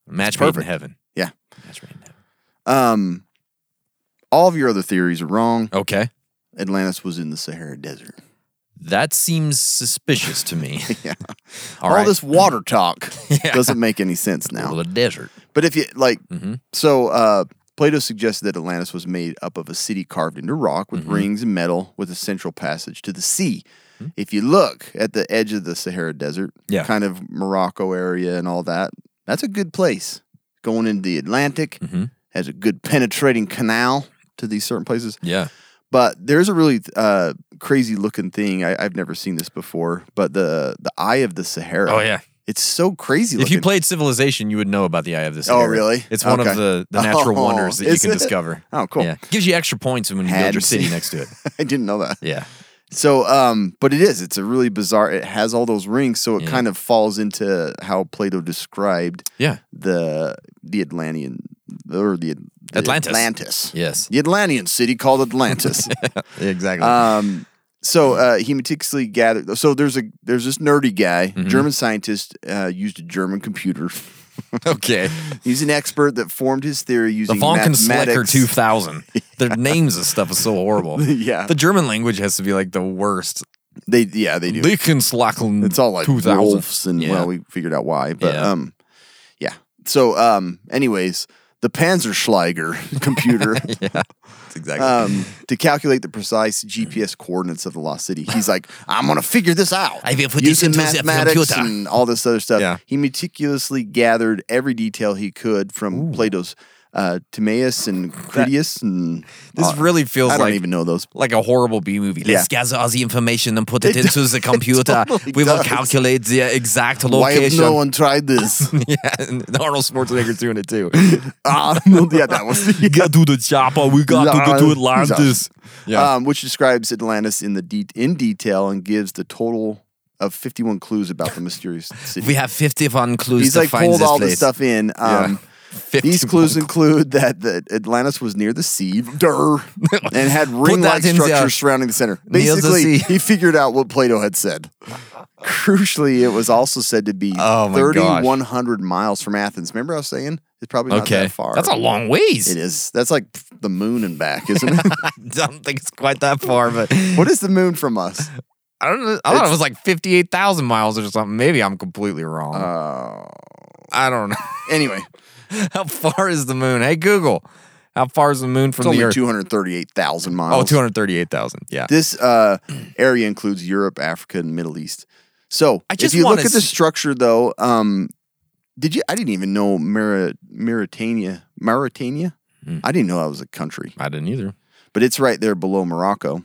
A Match made in perfect. heaven. Yeah. Match made in heaven. Um, all of your other theories are wrong. Okay, Atlantis was in the Sahara Desert. that seems suspicious to me. Yeah. All all right. this water talk Yeah. doesn't make any sense now. Well, a desert. But if you like, Mhm. so uh, Plato suggested that Atlantis was made up of a city carved into rock Mm-hmm. with rings and metal with a central passage to the sea. If you look at the edge of the Sahara Desert, Hmm. Yeah. kind of Morocco area and all that, that's a good place. Going into the Atlantic Mm-hmm. has a good penetrating canal to these certain places. Yeah. But there's a really uh, crazy looking thing. I, I've never seen this before, but the the Eye of the Sahara. Oh yeah. it's so crazy. If you looking. played Civilization, you would know about the Eye of the Oh, Sahara. really? It's one of Okay. the, the natural Oh, wonders that you is can it? discover. Oh, cool. Yeah. Gives you extra points when you build Had your city seen- next to it. I didn't know that. Yeah. So, um, but it is. It's a really bizarre. It has all those rings, so it Yeah. kind of falls into how Plato described Yeah. the the Atlantean or the, the Atlantis. Atlantis. Yes. Uh, The Atlantean city called Atlantis. Exactly. um, so uh, he meticulously gathered. So there's a there's this nerdy guy, Mm-hmm. German scientist, uh, used a German computer. okay. He's an expert that formed his theory The using Vonken Slecker mathematics. 2000. Their names and stuff is so horrible. Yeah. The German language has to be like the worst. They yeah they do. Lichtenslacken. It's all like 2000. wolves, and yeah. well, we figured out why. But Yeah. um, yeah. So um, anyways, the Panzerschlager computer That's exactly. um to calculate the precise GPS coordinates of the lost city. He's like, I'm gonna figure this out. I will put this using into the mathematics computer." and all this other stuff. Yeah. He meticulously gathered every detail he could from Plato's uh, Timaeus and Critias, and this uh, really feels I don't like even know those. like a horrible B movie. Let's gather all the information and put it, It into the computer. totally we will does. calculate the exact Why have location. no one tried this? yeah, and Arnold Schwarzenegger's doing it too. Arnold, Ah, yeah, that was the Get to the chopper. We got to go to Atlantis. Yeah. um, which describes Atlantis in the de- in detail and gives the total of 51 clues about the mysterious city. We have 51 clues He's to like find pulled this all place. the stuff in. Um, Yeah. These 51 clues include that, that Atlantis was near the sea durr, and had ring-like that in there. structures surrounding the center. Near the Basically, sea. he figured out what Plato had said. Crucially, it was also said to be Oh my gosh. 3,100 miles from Athens. Remember I was saying? It's probably not Okay. that far. That's a long ways. It is. That's like the moon and back, isn't it? I don't think it's quite that far, but I what is the moon from us? don't know. I thought it was like 58,000 miles or something. Maybe I'm completely wrong. Uh, I don't know. anyway, how far is the moon? Hey, Google, how far is the moon it's from the only Earth? 238,000 miles. Oh, 238,000. Yeah. This uh, area includes Europe, Africa, and Middle East. So I just if you wanna look at the s- structure, though, um, did you? I didn't even know Maurit- Mauritania. Mauritania. Hmm. I didn't know that was a country, I didn't either. but it's right there below Morocco.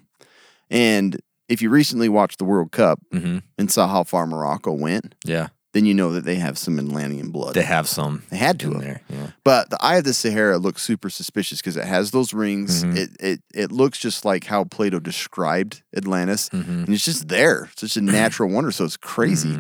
And if you recently watched the World Cup Mhm. and saw how far Morocco went, Yeah. then you know that they have some Atlantean blood. They have some. They had to in have. there. Yeah. But the Eye of the Sahara looks super suspicious because it has those rings. Mm-hmm. It, it it looks just like how Plato described Atlantis, Mm-hmm. and it's just there. It's just a natural wonder, so it's crazy.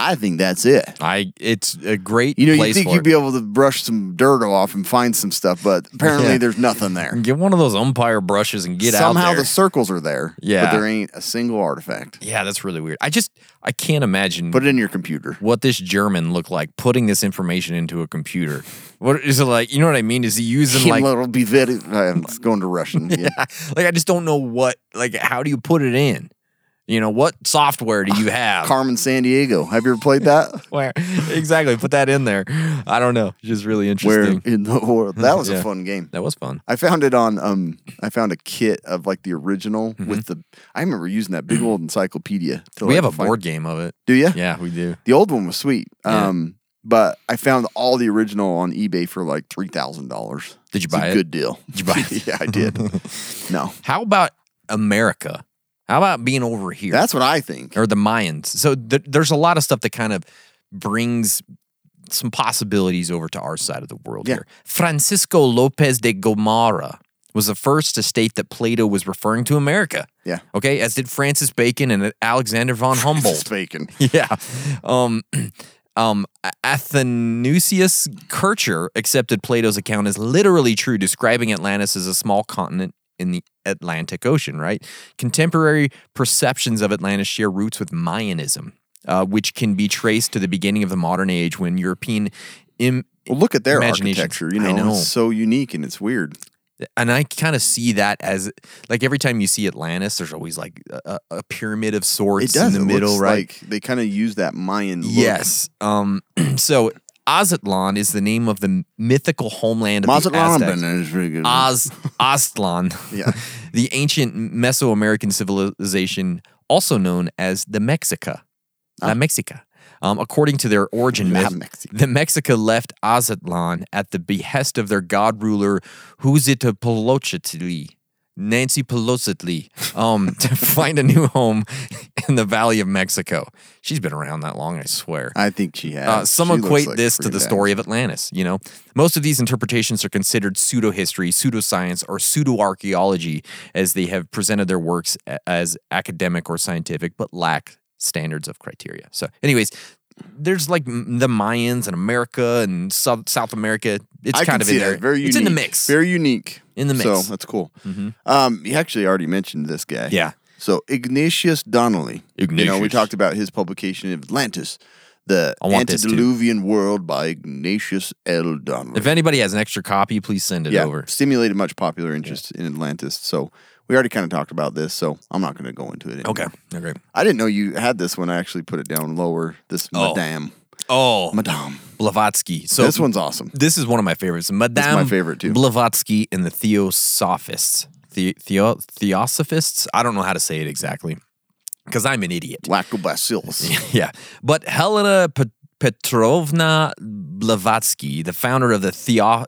I think that's it. I. It's a great. You know, you place think for you'd it. be able to brush some dirt off and find some stuff, but apparently Yeah. there's nothing there. get one of those umpire brushes and get out Somehow there. the circles are there, Yeah. but there ain't a single artifact. yeah, that's really weird. I just I can't imagine Put it in your computer. what this German looked like putting this information into a computer. What is it like? You know what I mean? Is he using like it'll be very. I'm going to Russian. Yeah. like I just don't know what like how do you put it in? You know what software do you have? Carmen San Diego. Have you ever played that? Where exactly? Put that in there. I don't know. It's Just really Where interesting. in the world? That was Yeah. a fun game. that was fun. I found it on um I found a kit of like the original with the I remember using that big old encyclopedia. to, Mm-hmm. we like, have a find- board game of it. Do you? Yeah, we do. The old one was sweet. Yeah. Um but I found all the original on eBay for like three thousand dollars. Did you It's a buy it? Good deal. Did you buy it? yeah, I did. no. How about America? How about being over here? That's what I think. or the Mayans. So th- there's a lot of stuff that kind of brings some possibilities over to our side of the world Yeah. here. Francisco Lopez de Gomara was the first to state that Plato was referring to America. Yeah. Okay, as did Francis Bacon and Alexander von It's Humboldt. bacon. yeah. Um Um, A- Athanasius Kircher accepted Plato's account as literally true, describing Atlantis as a small continent in the Atlantic Ocean, right? Contemporary perceptions of Atlantis share roots with Mayanism, uh, which can be traced to the beginning of the modern age when European. Im- Well look at their Imagination. architecture, you know, I know. it's so unique and it's weird. and I kind of see that as like every time you see Atlantis, there's always like a, a pyramid of sorts It does in the it looks middle, right? Like they kind of use that Mayan look. Yes. Um. So Aztlan is the name of the mythical homeland of Mazatlan the Aztecs. is pretty good. Oz Aztlan, Yeah. the ancient Mesoamerican civilization, also known as the Mexica, La Mexica. Um, according to their origin Ah. La myth, Mexica. the Mexica left Aztlan at the behest of their god ruler Huitzilopochtli, Nancy Pelosi, um, to find a new home in the Valley of Mexico. She's been around that long, I swear. I think she has. Uh, some She looks equate like this to pretty the bad. story of Atlantis. You know, most of these interpretations are considered pseudo history, pseudoscience, or pseudo archaeology, as they have presented their works a- as academic or scientific, but lack standards of criteria. So, anyways, there's like m- the Mayans and America and South, South America. It's I kind can of see in there. that. Very it's in the unique. mix. Very unique. In the So mix. Mm-hmm. that's cool. Um, you actually already mentioned this guy. Yeah. So Ignatius Donnelly. You know, we Ignatius. talked about his publication of Atlantis, the I want this too. Antediluvian World by Ignatius L. Donnelly. if anybody has an extra copy, please send it yeah, over. stimulated much popular interest in Atlantis. So we already kind of talked about this, so I'm not going to go into it. Anymore. Okay. Okay. I didn't know you had this one. I actually put it down lower. This Oh. Madame. Oh, Madame. Blavatsky. So this one's awesome. This is one of my favorites. Madame my favorite, too. Blavatsky and the Theosophists. The, theo, Theosophists? I don't know how to say it exactly because I'm an idiot. Lactobacillus. yeah. But Helena Pe- Petrovna Blavatsky, the founder of the theo-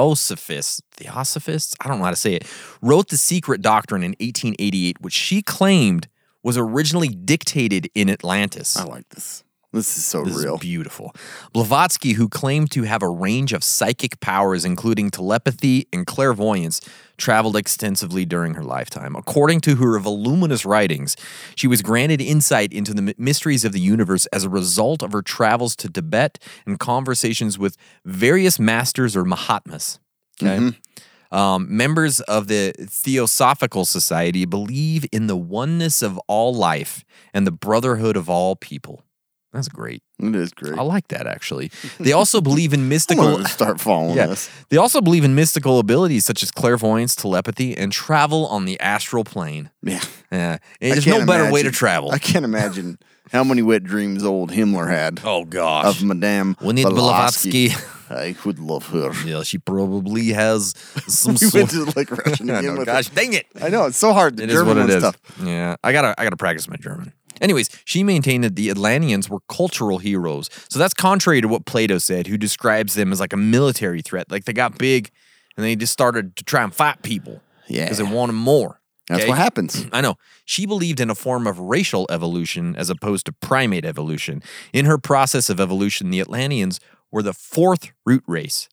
Theosophists, Theosophists? I don't know how to say it, wrote The Secret Doctrine in 1888, which she claimed was originally dictated in Atlantis. I like this. This is so This is real. beautiful. Blavatsky, who claimed to have a range of psychic powers, including telepathy and clairvoyance, traveled extensively during her lifetime. According to her voluminous writings, she was granted insight into the m- mysteries of the universe as a result of her travels to Tibet and conversations with various masters or Mahatmas. Okay. Mm-hmm. Um, members of the Theosophical Society believe in the oneness of all life and the brotherhood of all people. That's great. it is great. I like that actually. They also believe in I'm mystical gonna start following Yeah. this. They also believe in mystical abilities such as clairvoyance, telepathy, and travel on the astral plane. Yeah. Yeah. I There's no can't better way to imagine- travel. I can't imagine how many wet dreams old Himmler had Oh of gosh. Madame We need Blavatsky. Blavatsky. I would love her. yeah, she probably has some we sort went to like Russian I again know, with gosh, it. dang it. I know it's so hard. The It is German what it was is. tough. Yeah, I gotta, I gotta practice my German. Anyways, she maintained that the Atlanteans were cultural heroes. So that's contrary to what Plato said, who describes them as like a military threat. Like they got big, and they just started to try and fight people. Yeah. because they wanted more. That's okay? what happens. I know. She believed in a form of racial evolution as opposed to primate evolution. In her process of evolution, the Atlanteans were the fourth root race,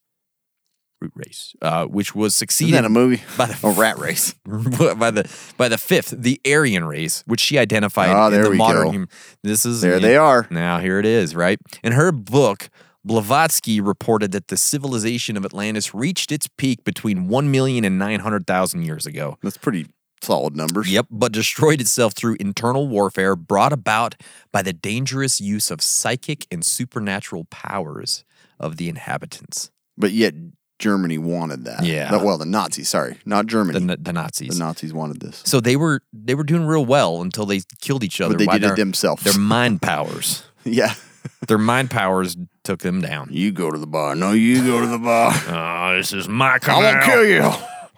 root race, uh, which was Isn't succeeded that a movie? by the a rat race. by the by the fifth, the Aryan race, which she identified Ah, in there the we modern. go. hum- this is There they are. Now here it is, right? In her book, Blavatsky reported that the civilization of Atlantis reached its peak between 1 million and 900,000 years ago. That's pretty solid numbers. Yep, but destroyed itself through internal warfare brought about by the dangerous use of psychic and supernatural powers of the inhabitants, But yet Germany wanted that. Yeah. But- well, the Nazis. Sorry, not the, Germany. Na- the Nazis. The Nazis wanted this, so they were they were doing real well until they killed each other. but they by did their, it themselves. Their mind powers. yeah. Their mind powers took them down. You go to the bar. No, you go to the bar. Oh, this is my I won't kill you.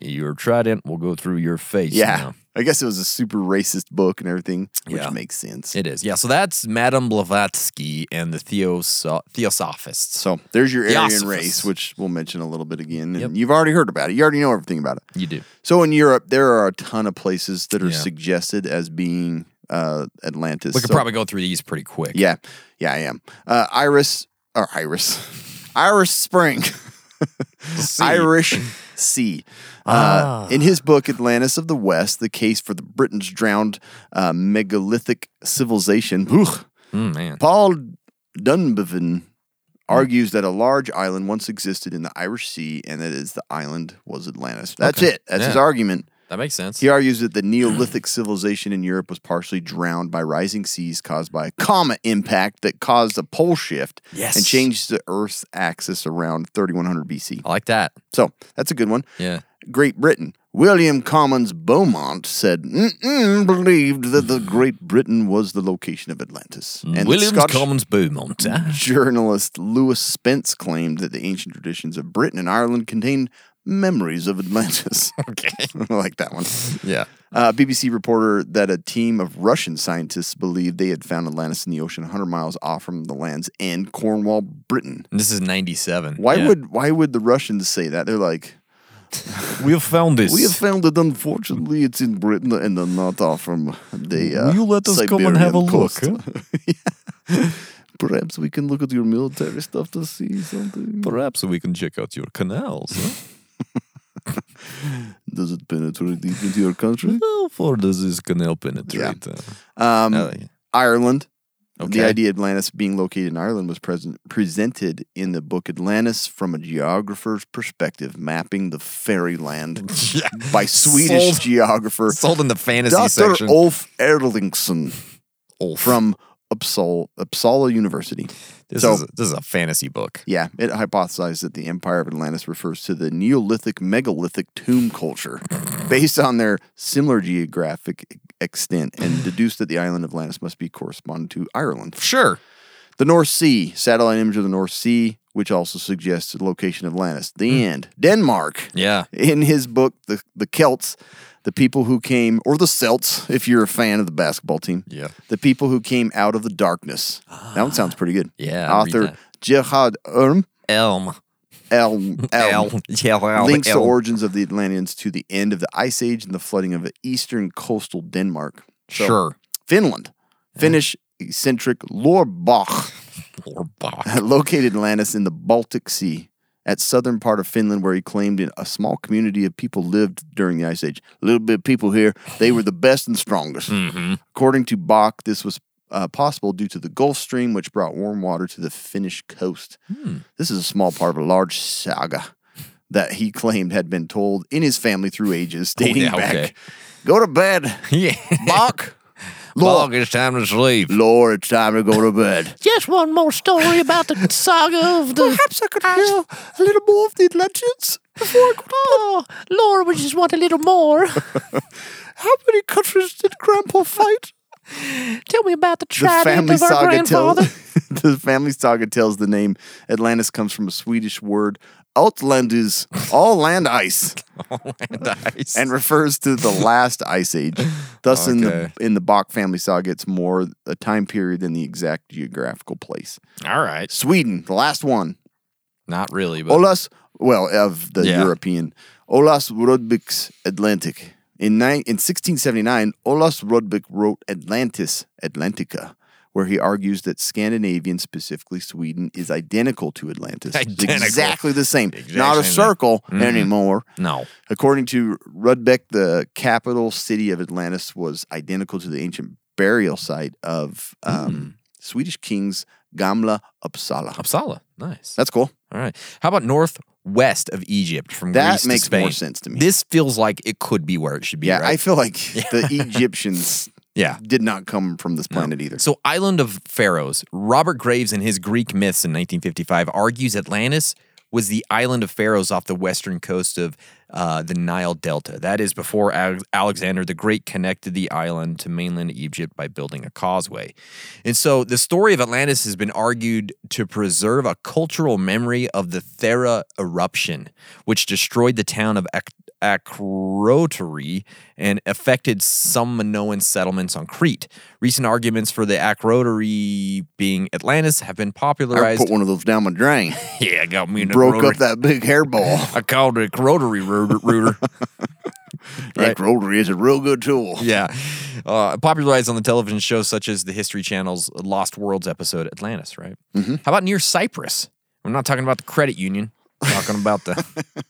Your trident will go through your face. Yeah. now. I guess it was a super racist book and everything, which Yeah. makes sense. It is. Yeah. So that's Madame Blavatsky and the Theoso- Theosophists. so there's your Aryan Theosophist. race, which we'll mention a little bit again. And Yep. you've already heard about it. You already know everything about it. you do. So in Europe, there are a ton of places that are Yeah. suggested as being uh, Atlantis. We could So- probably go through these pretty quick. Yeah, yeah, I am. Uh, Iris or Iris, Iris Spring, See. Irish Sea. Ah. Uh, In his book Atlantis of the West, the case for the Britain's drowned uh, megalithic civilization, Mm, man. Paul Hmm. Dunbevin argues that a large island once existed in the Irish Sea, and that is the island was Atlantis. That's Okay. it. That's his Yeah. argument. That makes sense. He argues that the Neolithic civilization in Europe was partially drowned by rising seas caused by a comet impact that caused a pole shift Yes. and changed the Earth's axis around 3100 BC. I like that. So that's a good one. Yeah. Great Britain. William Commons Beaumont said, Mm-mm, believed that the Great Britain was the location of Atlantis. And the Williams Scottish- Commons Beaumont. huh? Journalist Lewis Spence claimed that the ancient traditions of Britain and Ireland contained memories of Atlantis. Okay. I like that one. Yeah. Uh, BBC reporter that a team of Russian scientists believed they had found Atlantis in the ocean 100 miles off from the land's end, Cornwall, Britain. This is 97. Why Yeah. would why would the Russians say that? They're like, we have found this? we have found it. Unfortunately, it's in Britain and then not off from the. Uh, Will you let us come and have a Siberian look? coast." Perhaps we can look at your military stuff to see something. Perhaps we can check out your canals. huh? Does it penetrate deep into your country? How far does this canal penetrate? Uh, Um, uh, yeah. Ireland. Okay. The idea of Atlantis being located in Ireland was present, presented in the book Atlantis from a geographer's perspective, mapping the fairyland Yeah. by Swedish Sold- geographer Sold in the fantasy Dr. section. Ulf Erlingsson Ulf. from Uppsala, Uppsala University. This, So- is a, this is a fantasy book. Yeah, it hypothesized that the Empire of Atlantis refers to the Neolithic megalithic tomb culture based on their similar geographic e-, extent and deduced that the island of Atlantis must be corresponding to Ireland. Sure. The North Sea, satellite image of the North Sea, which also suggests the location of Atlantis. The Hmm. end. Denmark. Yeah. In his book, the, the Celts, the people who came, or the Celts, if you're a fan of the basketball team, Yeah. the people who came out of the darkness. that one sounds pretty good. Ah, Yeah, read Author that. Jihad Erm. Elm. Elm. Elm. Yeah, well, links the Elm. origins of the Atlanteans to the end of the Ice Age and the flooding of eastern coastal Denmark. So, Sure. Finland. Finnish eccentric Lorbach, Lorbach. located Atlantis in the Baltic Sea, at southern part of Finland, where he claimed in a small community of people lived during the Ice Age. A little bit of people here, they were the best and strongest. Mm-hmm. According to Bach, this was uh, possible due to the Gulf Stream, which brought warm water to the Finnish coast. Hmm. This is a small part of a large saga that he claimed had been told in his family through ages, dating Oh, yeah, back. okay. Go to bed, Yeah. Bach. Lore, Log, it's time to sleep. Lore, it's time to go to bed. Just one more story about the saga of the. Perhaps I could hear a little more of the legends. Oh, Laura would just want a little more. How many countries did Grandpa fight? Tell me about the The trident family of our saga tells grandfather. the family saga tells the name Atlantis comes from a Swedish word Outlanders, all land ice, Nice. and refers to the last ice age. Thus, in the Okay. in the Bach family saga, it's more a time period than the exact geographical place. All right. Sweden, the last one. Not really, but. Olas, well, of the Yeah. European, Olas Rodbik's Atlantic. In, nine, in 1679, Olas Rodbik wrote Atlantis, Atlantica, where he argues that Scandinavian, specifically Sweden, is identical to Atlantis. It's Identical. Exactly the same. Exact Not same Mm-hmm. a thing. circle anymore. No. According to Rudbeck, the capital city of Atlantis was identical to the ancient burial site of um, Swedish kings Gamla Uppsala. Mm. Uppsala. Nice. That's cool. All right. How about northwest of Egypt from That Greece makes to Spain? more sense to me. This feels like it could be where it should be. Yeah, I right? feel like the Egyptians yeah. did not come from this planet either. So, Island of Pharaohs. Robert Graves, in his Greek Myths in 1955, argues Atlantis was the island of Pharaohs off the western coast of uh, the Nile Delta. That is before Alex- Alexander the Great connected the island to mainland Egypt by building a causeway. And so, the story of Atlantis has been argued to preserve a cultural memory of the Thera eruption, which destroyed the town of Ac- Acrotiri and affected some Minoan settlements on Crete. Recent arguments for the Acrotiri being Atlantis have been I popularized. put one of those down my drain. yeah, I got me in a Broke rotary. up that big hairball. I called it a rotary rooter. rooter. That rotary is a real good tool. yeah. Uh, popularized on the television shows such as the History Channel's Lost Worlds episode Atlantis, right? How about near Cyprus? We're not talking about the credit union, we're talking about the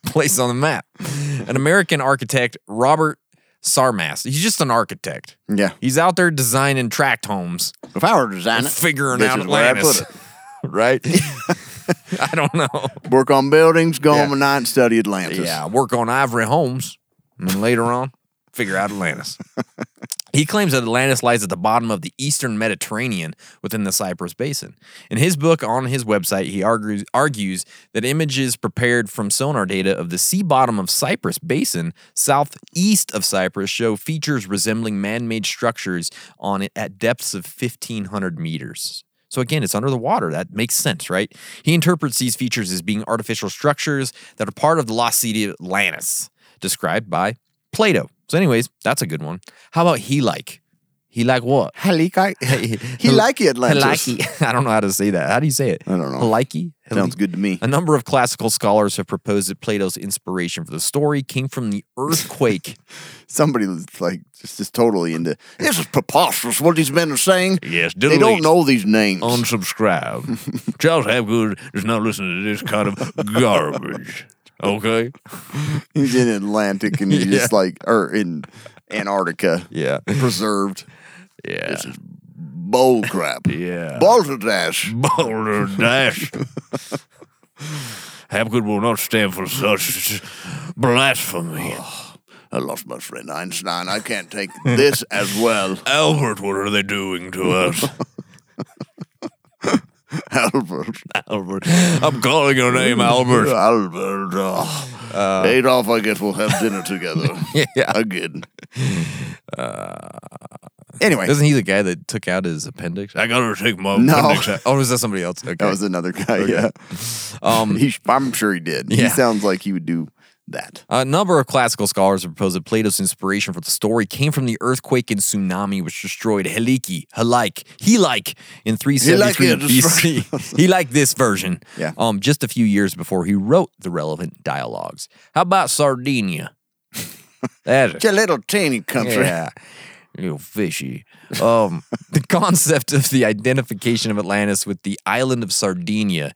place on the map. An American architect, Robert Sarmas, he's just an architect. Yeah. He's out there designing tract homes, If I were to design it, figuring this out is where I Atlantis. put right? I don't know. it. Work on buildings, go Yeah. home at night and study Atlantis. Yeah, work on Ivory Holmes, and then later on, figure out Atlantis. he claims that Atlantis lies at the bottom of the eastern Mediterranean within the Cyprus Basin. In his book on his website, he argues, argues that images prepared from sonar data of the sea bottom of Cyprus Basin, southeast of Cyprus, show features resembling man made structures on it at depths of 1,500 meters. So again, it's under the water. That makes sense, right? He interprets these features as being artificial structures that are part of the lost city of Atlantis, described by Plato. So, anyways, that's a good one. How about he like? He like what? He like I- he like it, Atlantis. Helike. I don't know how to say that. How do you say it? I don't know. Helike? Sounds Helike? good to me. A number of classical scholars have proposed that Plato's inspiration for the story came from the earthquake. Somebody was like just, just totally into this is preposterous what these men are saying. yes, They don't know these names. unsubscribe. Charles Hapgood is not listening to this kind of garbage. Okay. He's in Atlantic and he's just like or in Antarctica. Yeah. Preserved. Yeah. Bull crap. Yeah. Balderdash. Boulder Dash. Hapgood will not stand for such blasphemy. Oh, I lost my friend Einstein. I can't take this as well. Albert, what are they doing to us? Albert. Albert. I'm calling your name, Albert. Uh, Albert. Oh. Adolf, I guess we'll have dinner together. yeah. Uh, Again. anyway, Isn't he the guy that took out his appendix? I gotta take my No. appendix out. Oh, is that somebody else? Okay. that was another guy. Yeah. um, He, I'm sure he did. He Yeah. sounds like he would do that. A number of classical scholars have proposed that Plato's inspiration for the story came from the earthquake and tsunami which destroyed Helike, Helike, Helike in 373 Helike destroyed- BC. he liked this version. Yeah. Um, just a few years before he wrote the relevant dialogues. How about Sardinia? That's It's a little teeny country. yeah. you fishy. Um, the concept of the identification of Atlantis with the island of Sardinia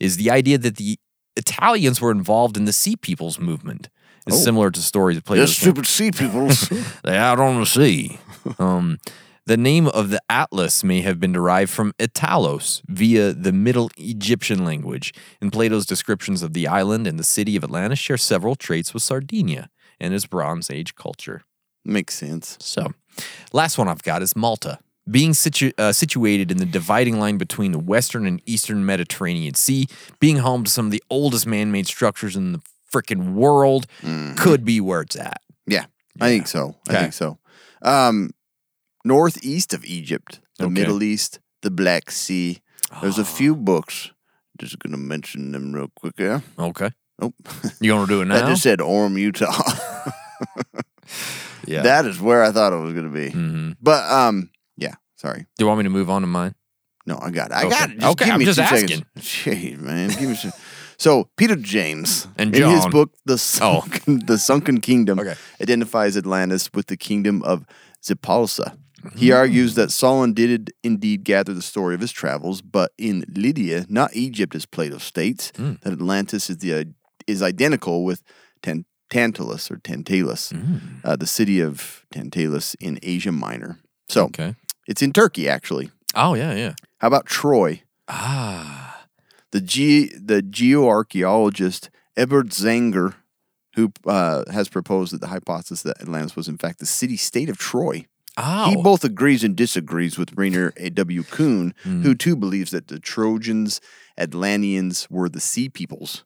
is the idea that the Italians were involved in the Sea Peoples movement. It's similar to stories of Plato's. sea peoples. They out on the sea. Um, the name of the atlas may have been derived from Italos via the Middle Egyptian language. And Plato's descriptions of the island and the city of Atlantis share several traits with Sardinia and its Bronze Age culture. Makes sense. So, last one I've got is Malta. Being situ- uh, situated in the dividing line between the Western and Eastern Mediterranean Sea, being home to some of the oldest man made structures in the freaking world, could be where it's at. Yeah, Mm. I think so. Okay. I think so. Um, northeast of Egypt, the Okay. Ah. Middle East, the Black Sea. There's a few books. Just gonna mention them real quick. Yeah. Okay. Nope. You want to do it now? That just said Orem, Utah. yeah. That is where I thought it was going to be. hmm But um, yeah. Sorry. Do you want me to move on to mine? No, I got it. I Okay. got it. Just Okay, give I'm me just two asking. Seconds. Jeez, man, give me. Some. So Peter James And in his John. Oh. book the sunken, the sunken kingdom Okay. identifies Atlantis with the kingdom of Zipalsa. He Hmm. argues that Solon did indeed gather the story of his travels, but in Lydia, not Egypt, as Plato states, Hmm. that Atlantis is the uh, is identical with Tan- Tantalus or Tantalus, Hmm. uh, the city of Tantalus in Asia Minor. So Okay. it's in Turkey, actually. Oh, yeah, yeah. How about Troy? Ah. The ge- the geoarchaeologist Ebert Zanger, who uh, has proposed that the hypothesis that Atlantis was in fact the city state of Troy. Oh. He both agrees and disagrees with Rainer A. W. Kuhn, who too believes that the Trojans, Atlanteans were the sea peoples,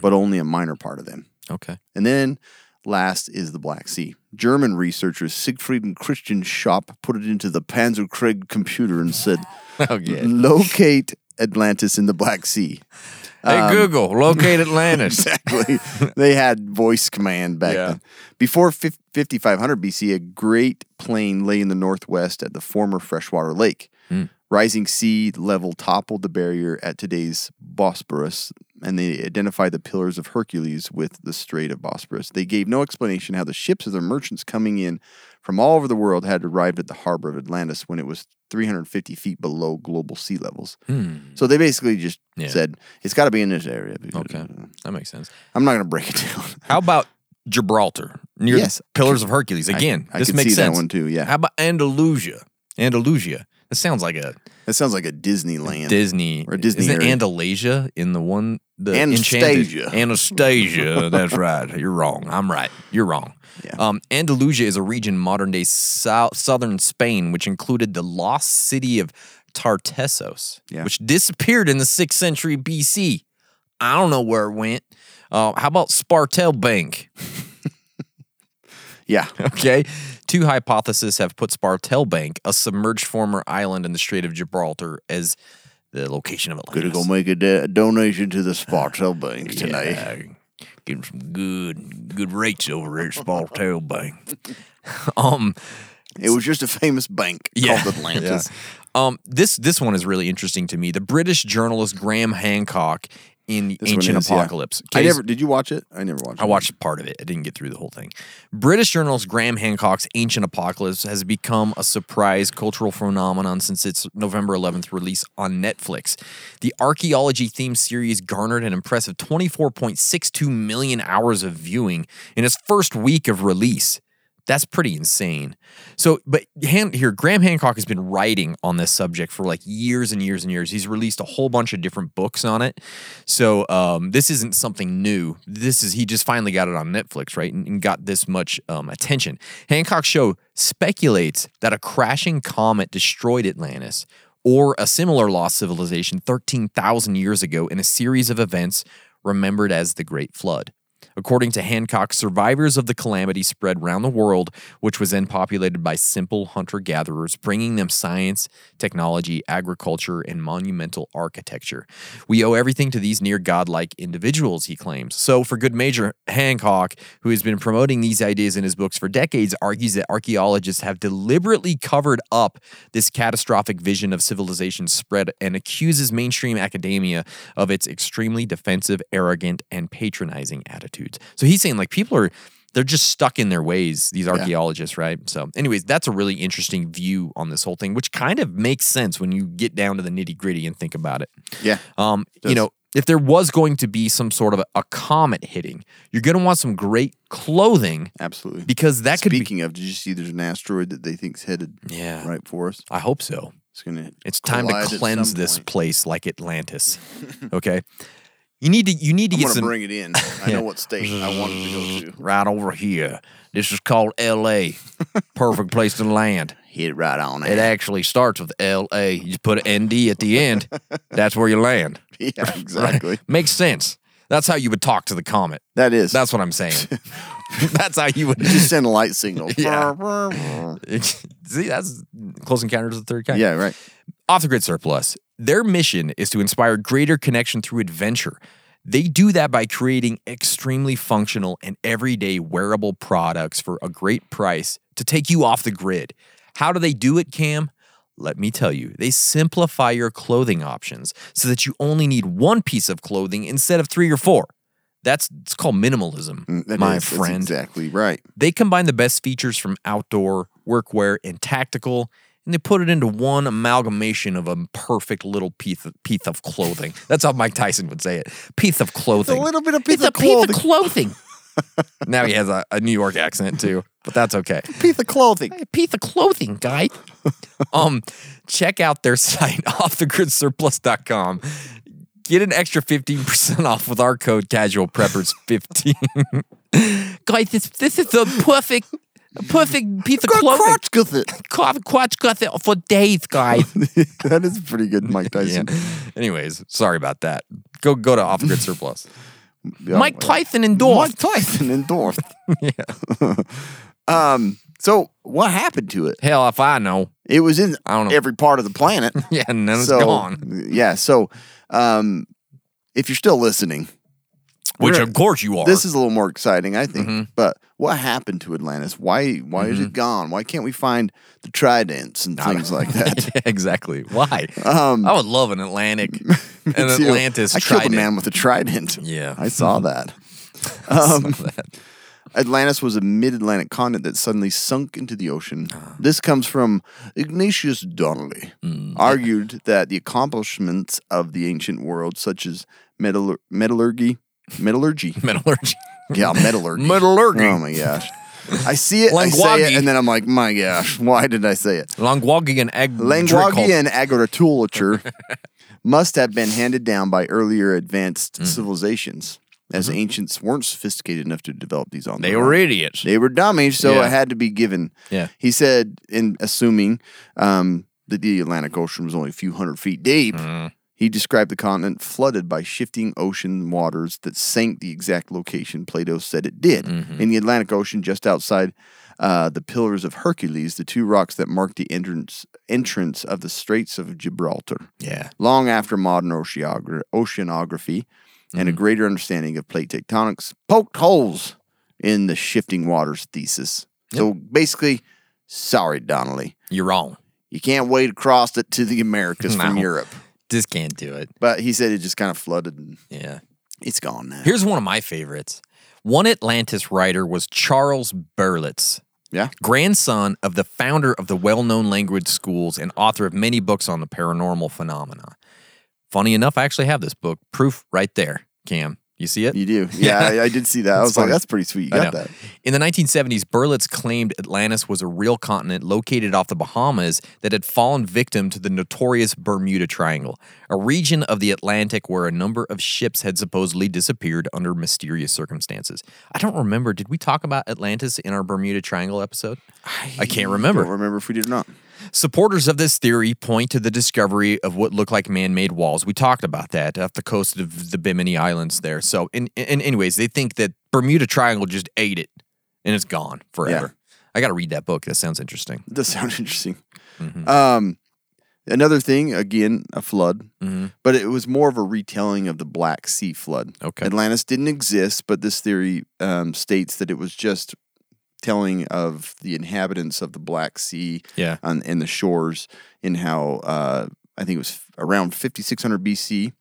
but only a minor part of them. okay. And then last is the Black Sea. German researchers Siegfried and Christian Schopp put it into the Panzerkrieg computer and said, Oh, yeah. locate Atlantis in the Black Sea. hey, Google, locate Atlantis. Um, Exactly. they had voice command back Yeah. then. Before fif- 5500 BC, a great plain lay in the northwest at the former freshwater lake. Hmm. Rising sea level toppled the barrier at today's Bosporus, and they identified the Pillars of Hercules with the Strait of Bosporus. They gave no explanation how the ships of the merchants coming in from all over the world had arrived at the harbor of Atlantis when it was 350 feet below global sea levels. Hmm. So they basically just Yeah. said, it's got to be in this area. because- Okay. That makes sense. I'm not going to break it down. How about Gibraltar near Yes. the Pillars of Hercules? Again, I this can makes see that sense. one too, yeah. How about Andalusia? Andalusia. That sounds like a That sounds like a Disneyland. Disney Or Disney Isn't area. Andalasia in the one the Enchanted- Anastasia. Anastasia. That's right. You're wrong. I'm right. You're wrong. Yeah. Um, Andalusia is a region modern day sou- southern Spain, which included the lost city of Tartessos, Yeah. which disappeared in the sixth century BC. I don't know where it went. Uh, how about Spartel Bank? yeah. Okay. Two hypotheses have put Spartel Bank, a submerged former island in the Strait of Gibraltar, as the location of Atlantis. Gonna go make a da- donation to the Spartel Bank tonight. Yeah, get 'em some good good rates over there at Spartel Bank. um, It was just a famous bank yeah. called Atlantis. Um, this this one is really interesting to me. The British journalist Graham Hancock in the This one Ancient is, yeah. Apocalypse. I Okay, never. Did you watch it? I never watched. I it. watched part of it. I didn't get through the whole thing. British journalist Graham Hancock's Ancient Apocalypse has become a surprise cultural phenomenon since its November 11th release on Netflix. The archaeology themed series garnered an impressive 24.62 million hours of viewing in its first week of release. That's pretty insane. So, but Han- here, Graham Hancock has been writing on this subject for like years and years and years. He's released a whole bunch of different books on it. So, um, this isn't something new. This is, he just finally got it on Netflix, right? And, and got this much um, attention. Hancock's show speculates that a crashing comet destroyed Atlantis or a similar lost civilization 13,000 years ago in a series of events remembered as the Great Flood. According to Hancock, survivors of the calamity spread round the world, which was then populated by simple hunter gatherers, bringing them science, technology, agriculture, and monumental architecture. We owe everything to these near godlike individuals, he claims. So, for good measure, Hancock, who has been promoting these ideas in his books for decades, argues that archaeologists have deliberately covered up this catastrophic vision of civilization spread and accuses mainstream academia of its extremely defensive, arrogant, and patronizing attitudes. So he's saying like people are they're just stuck in their ways, these archaeologists, right? So, anyways, that's a really interesting view on this whole thing, which kind of makes sense when you get down to the nitty gritty and think about it. Yeah. Um, you Does- know, if there was going to be some sort of a, a comet hitting, you're going to want some great clothing Absolutely. because that could Speaking of, did you see there's an asteroid that they think's headed be. Yeah. right for us? I hope so. It's gonna. It's time collide at to cleanse some this point. place like Atlantis. Okay. You need to you need to I'm get gonna some bring it in. I know what state I want it to go to. right over here. This is called LA. Perfect place to land. Hit it right on It actually starts with LA. You put an ND at the end. That's where you land. Yeah, exactly. Makes sense. That's how you would talk to the comet. That is. That's what I'm saying. That's how you would just send a light signal. Yeah. See, that's Close Encounters of the Third Kind. Yeah, right. Off the Grid Surplus, their mission is to inspire greater connection through adventure. They do that by creating extremely functional and everyday wearable products for a great price to take you off the grid. How do they do it, Cam? Let me tell you, they simplify your clothing options so that you only need one piece of clothing instead of three or four. That's it's called minimalism, Mm, that my is- that's friend. exactly right. They combine the best features from outdoor, workwear, and tactical, and they put it into one amalgamation of a perfect little piece of, piece of clothing. That's how Mike Tyson would say it. Piece of clothing. little bit of It's a piece of clothing. now he has a, a New York accent too, but that's okay. Piece of clothing. A piece of clothing, guy. um, check out their site, offthegridsurplus.com. Get an extra 15% off with our code casualpreppers15. Guys, this, this is the perfect, perfect piece of Got clothing. crotch with it. Crotch, crotch cut it for days, guys. that is pretty good, Mike yeah. Tyson. Anyways, sorry about that. Go go to Off the Grid Surplus. Yeah, Mike well, Tyson endorsed. Mike Tyson endorsed. yeah. um. So what happened to it? Hell, if I know. It was in I don't know. every part of the planet. Yeah, and then so it's gone. yeah. So, um, if you're still listening, Which, we're- of course, you are. This is a little more exciting, I think. Mm-hmm. But what happened to Atlantis? Why why is it gone? Why can't we find the tridents and things like that? Yeah, exactly. Why? Um, I would love an Atlantic, an Me too. Atlantis I killed trident. a man with a trident. Yeah. I saw that. Um, Atlantis was a mid-Atlantic continent that suddenly sunk into the ocean. Ah. This comes from Ignatius Donnelly, Mm. argued that the accomplishments of the ancient world, such as metallur- metallurgy, metallurgy, Metallurgy. Yeah, metallurgy. Metallurgy. Oh my gosh. I see it, I say Languagi. it, and then I'm like, my gosh, why did I say it? Langwagi and Ag. Languagi and agriculture must have been handed down by earlier advanced Mm. civilizations, as ancients weren't sophisticated enough to develop these on Mm-hmm. They their were own. idiots. They were dummies, so Yeah. it had to be given. Yeah. He said, in assuming um, that the Atlantic Ocean was only a few hundred feet deep, Mm-hmm. he described the continent flooded by shifting ocean waters that sank the exact location Plato said it did. Mm-hmm. In the Atlantic Ocean, just outside uh, the Pillars of Hercules, the two rocks that mark the entrance entrance of the Straits of Gibraltar Yeah. long after modern oceogra- oceanography and Mm-hmm. a greater understanding of plate tectonics poked holes in the shifting waters thesis. So basically, sorry, Donnelly, You're wrong. you can't wade across it to the Americas from No. Europe. Just can't do it. But he said it just kind of flooded and Yeah. it's gone now. Here's one of my favorites. One Atlantis writer was Charles Berlitz, yeah. grandson of the founder of the well known language schools and author of many books on the paranormal phenomena. Funny enough, I actually have this book. Proof right there, Cam. You see it? You do. Yeah, I, I did see that. I That's was funny. like, that's pretty sweet. You I got know. that. In the 1970s, Berlitz claimed Atlantis was a real continent located off the Bahamas that had fallen victim to the notorious Bermuda Triangle, a region of the Atlantic where a number of ships had supposedly disappeared under mysterious circumstances. I don't remember. Did we talk about Atlantis in our Bermuda Triangle episode? I can't remember. Don't remember if we did or not. Supporters of this theory point to the discovery of what looked like man-made walls. We talked about that off the coast of the Bimini Islands there. So, in, in anyways, they think that Bermuda Triangle just ate it, and it's gone forever. I got to read that book. That sounds interesting. It does sound interesting. Mm-hmm. Um, another thing, again, a flood, but it was more of a retelling of the Black Sea flood. Okay. Atlantis didn't exist, but this theory um, states that it was just telling of the inhabitants of the Black Sea Yeah. on, and the shores, and how uh, I think it was around 5600 BC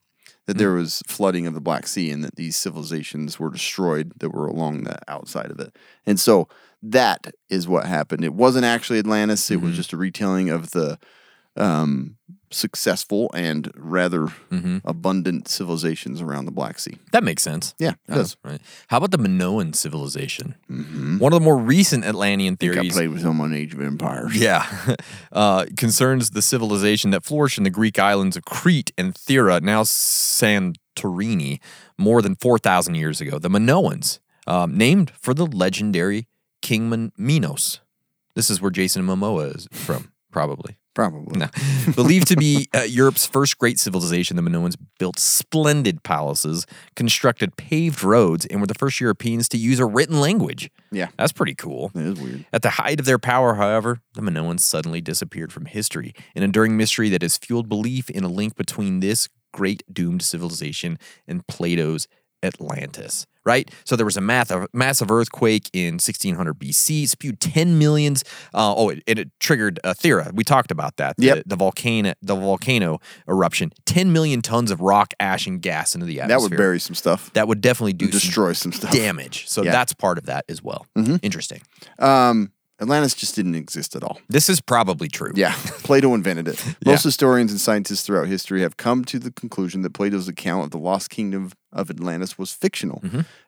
that Mm. there was flooding of the Black Sea and that these civilizations were destroyed that were along the outside of it. And so that is what happened. It wasn't actually Atlantis, it Mm-hmm. was just a retelling of the um, successful and rather Mm-hmm. abundant civilizations around the Black Sea. That makes sense. Yeah, it does. Mm-hmm. Right. How about the Minoan civilization? One of the more recent Atlantean I theories. played with them on Age of Empires. Yeah. Uh, concerns the civilization that flourished in the Greek islands of Crete and Thera, now Santorini, more than 4,000 years ago. The Minoans, um, named for the legendary King Min- Minos. This is where Jason Momoa is from, probably. Probably. No. Believed to be uh, Europe's first great civilization, the Minoans built splendid palaces, constructed paved roads, and were the first Europeans to use a written language. Yeah. That's pretty cool. It is weird. At the height of their power, however, the Minoans suddenly disappeared from history, an enduring mystery that has fueled belief in a link between this great doomed civilization and Plato's Atlantis. Right, so there was a math, a massive earthquake in 1600 BC, spewed 10 millions. Uh, oh, it, it triggered uh, Thera. We talked about that. The, Yep. the volcano, the volcano eruption, 10 million tons of rock, ash, and gas into the That atmosphere. would bury some stuff. That would definitely do some destroy some stuff. damage. So Yeah. Mm-hmm. that's part of that as well. Interesting. Um, Atlantis just didn't exist at all. This is probably true. Yeah, Plato invented it. Yeah. Most historians and scientists throughout history have come to the conclusion that Plato's account of the lost kingdom of Atlantis was fictional.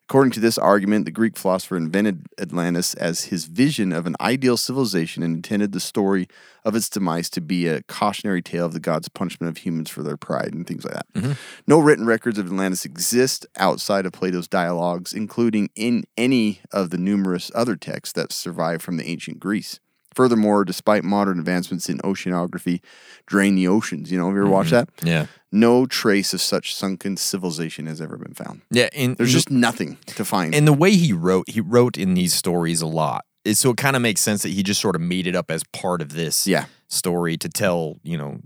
According to this argument, the Greek philosopher invented Atlantis as his vision of an ideal civilization and intended the story of its demise to be a cautionary tale of the gods' punishment of humans for their pride and things like that. No written records of Atlantis exist outside of Plato's dialogues, including in any of the numerous other texts that survive from the ancient Greece. Furthermore, despite modern advancements in oceanography, drain the oceans. You know, have you ever watched that? Yeah. No trace of such sunken civilization has ever been found. Yeah, and There's and- just nothing to find. and the way he wrote, he wrote in these stories a lot. It- So it kind of makes sense that he just sort of made it up as part of this Yeah. story to tell, you know,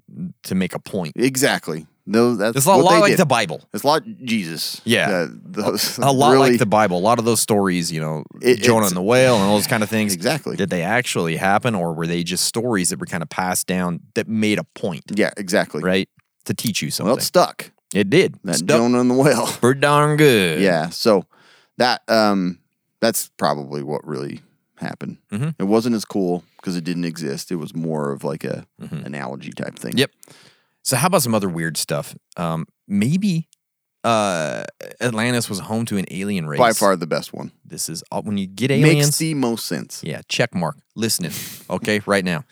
to make a point. exactly. No, that's It's a lot what they like did. the Bible. It's a lot Jesus. Yeah. those A lot really- like the Bible. A lot of those stories, you know, It- Jonah it's- and the whale and all those kind of things. Exactly. Did they actually happen or were they just stories that were kind of passed down that made a point, Yeah, exactly. right? To teach you something. Well, it stuck. it did. That Stuck Jonah and the whale. for darn good. Yeah. So that um that's probably what really happened. Mhm. It wasn't as cool because it didn't exist. It was more of like a analogy type thing. Mm-hmm. Yep. So how about some other weird stuff? Um, maybe uh, Atlantis was home to an alien race. By far the best one. this is all- when you get Makes aliens. the most sense. yeah, check mark. Listening, okay, right now.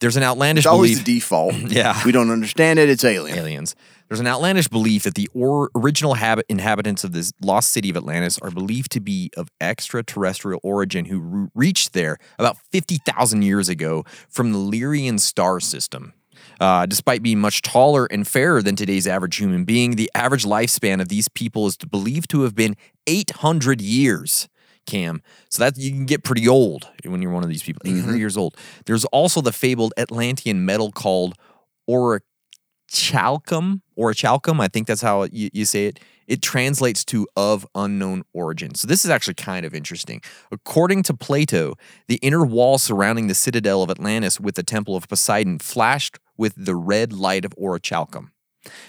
There's an outlandish It's always belief. the default. Yeah. We don't understand it. It's alien. aliens. There's an outlandish belief that the or- original habit- inhabitants of this lost city of Atlantis are believed to be of extraterrestrial origin who re- reached there about 50,000 years ago from the Lyrian star system. Uh, despite being much taller and fairer than today's average human being, the average lifespan of these people is believed to have been 800 years. Cam. So that you can get pretty old when you're one of these people. 800 years old. There's also the fabled Atlantean metal called auric chalcum or chalcum. I think that's how you, you say it. It translates to of unknown origin. So this is actually kind of interesting. According to Plato, the inner wall surrounding the citadel of Atlantis with the temple of Poseidon flashed with the red light of orichalcum.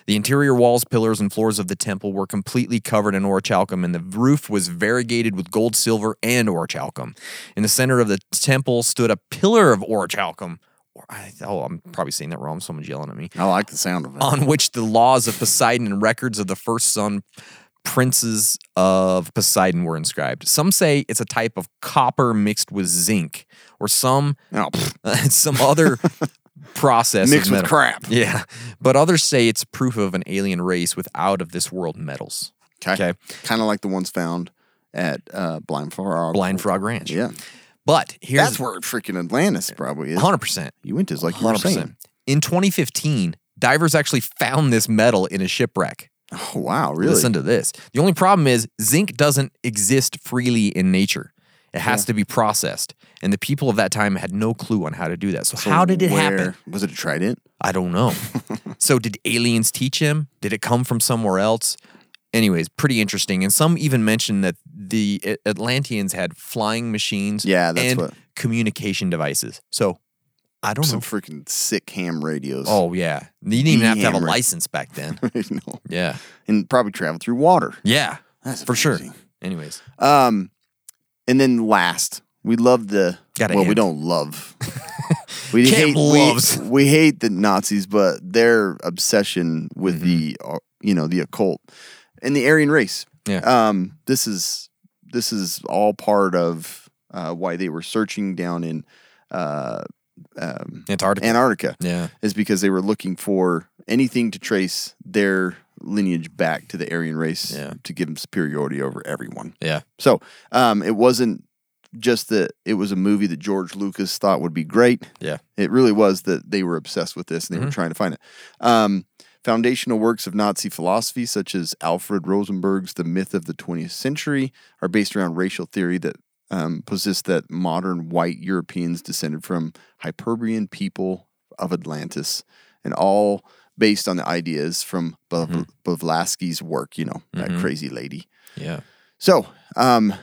The interior walls, pillars, and floors of the temple were completely covered in orichalcum, and the roof was variegated with gold, silver, and orichalcum. In the center of the temple stood a pillar of orichalcum. Or I, oh, I'm probably saying that wrong. Someone's yelling at me I like the sound of it. on which the laws of Poseidon and records of the first son princes of Poseidon were inscribed. Some say it's a type of copper mixed with zinc, or some Oh, pfft, some other process of mixed with metal. crap. Yeah, but others say it's proof of an alien race with out of this world metals. Okay. Kind of like the ones found at uh, Blind Frog. Blind Frog Ranch. Yeah. but here's That's where freaking Atlantis probably is. 100%. You went to is like you were 100%. saying. In 2015, divers actually found this metal in a shipwreck. Oh, wow. Really? Listen to this. The only problem is zinc doesn't exist freely in nature. It has to be processed. And the people of that time had no clue on how to do that. So, how did it happen? Where- Was it a trident? I don't know. so did aliens teach him? Did it come from somewhere else? Anyways, pretty interesting. And some even mentioned that the A- Atlanteans had flying machines Yeah, that's and what- communication devices. So I don't know. some freaking sick ham radios. Uh-huh. Oh yeah, you didn't even have to have a Hammer. license back then. you know, Yeah, and probably travel through water. yeah, That's for sure. amazing. Anyways, Um, and then last, we love the. Gotta well, we end. don't love. We Camp hate we- loves. We, hate the Nazis, but their obsession with the uh, you know the occult and the Aryan race. Mm-hmm. Yeah. Um, this is this is all part of uh, why they were searching down in uh, um, Antarctica. Antarctica yeah, is because they were looking for anything to trace their lineage back to the Aryan race Yeah. to give them superiority over everyone. yeah, So um, it wasn't just that it was a movie that George Lucas thought would be great. yeah. It really was that they were obsessed with this and they were trying to find it. Um, foundational works of Nazi philosophy, such as Alfred Rosenberg's The Myth of the 20th Century, are based around racial theory that um, posits that modern white Europeans descended from Hyperborean people of Atlantis and all based on the ideas from Bav- Bavlatsky's work, you know, that crazy lady. Yeah. So, um,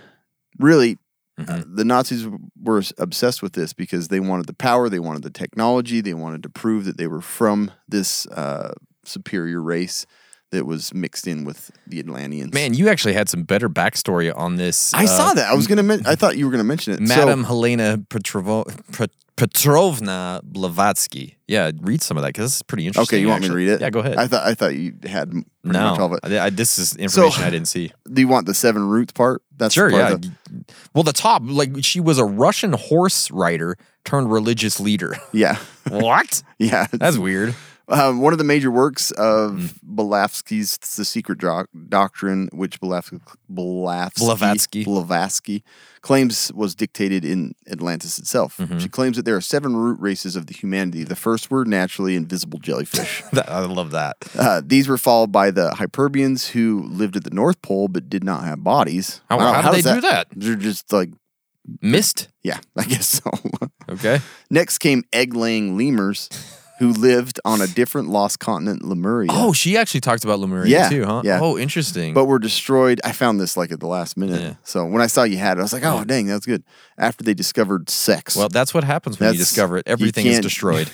really, uh, Mm-hmm. the Nazis were obsessed with this because they wanted the power, they wanted the technology, they wanted to prove that they were from this uh, superior race that was mixed in with the Atlanteans. Man, you actually had some better backstory on this. I uh, saw that. I was gonna. Men- I thought you were gonna mention it. So- Madam Helena Petrovo- Pet- Petrovna Blavatsky. Yeah, read some of that because this is pretty interesting. okay, you want me to actually. read it? Yeah, go ahead. I thought I thought you had m- pretty much all no, of it. I- I- this is information I didn't see. Do you want the seven roots part? That's the Sure, part yeah. that- Well, the top, like, she was a Russian horse rider turned religious leader. yeah, what? yeah. That's weird. Um, one of the major works Mm-hmm. of Blavatsky's The Secret Doc- Doctrine, which Blavatsky, Blavatsky. Blavatsky, Blavatsky claims was dictated in Atlantis itself. Mm-hmm. She claims that there are seven root races of the humanity. The first were naturally invisible jellyfish. That- I love that. uh, these were followed by the Hyperbians, who lived at the North Pole but did not have bodies. How- Wow, how did does they do that? They're just like, Mist. yeah, I guess so. Okay. Next came egg laying lemurs. Who lived on a different lost continent, Lemuria? Oh, she actually talked about Lemuria Yeah, too, huh? yeah. Oh, interesting. but were destroyed. I found this like at the last minute. Yeah. So when I saw you had it, I was like, oh, dang, that's good. After they discovered sex. well, that's what happens when you That's- discover it. you Everything is can't- destroyed.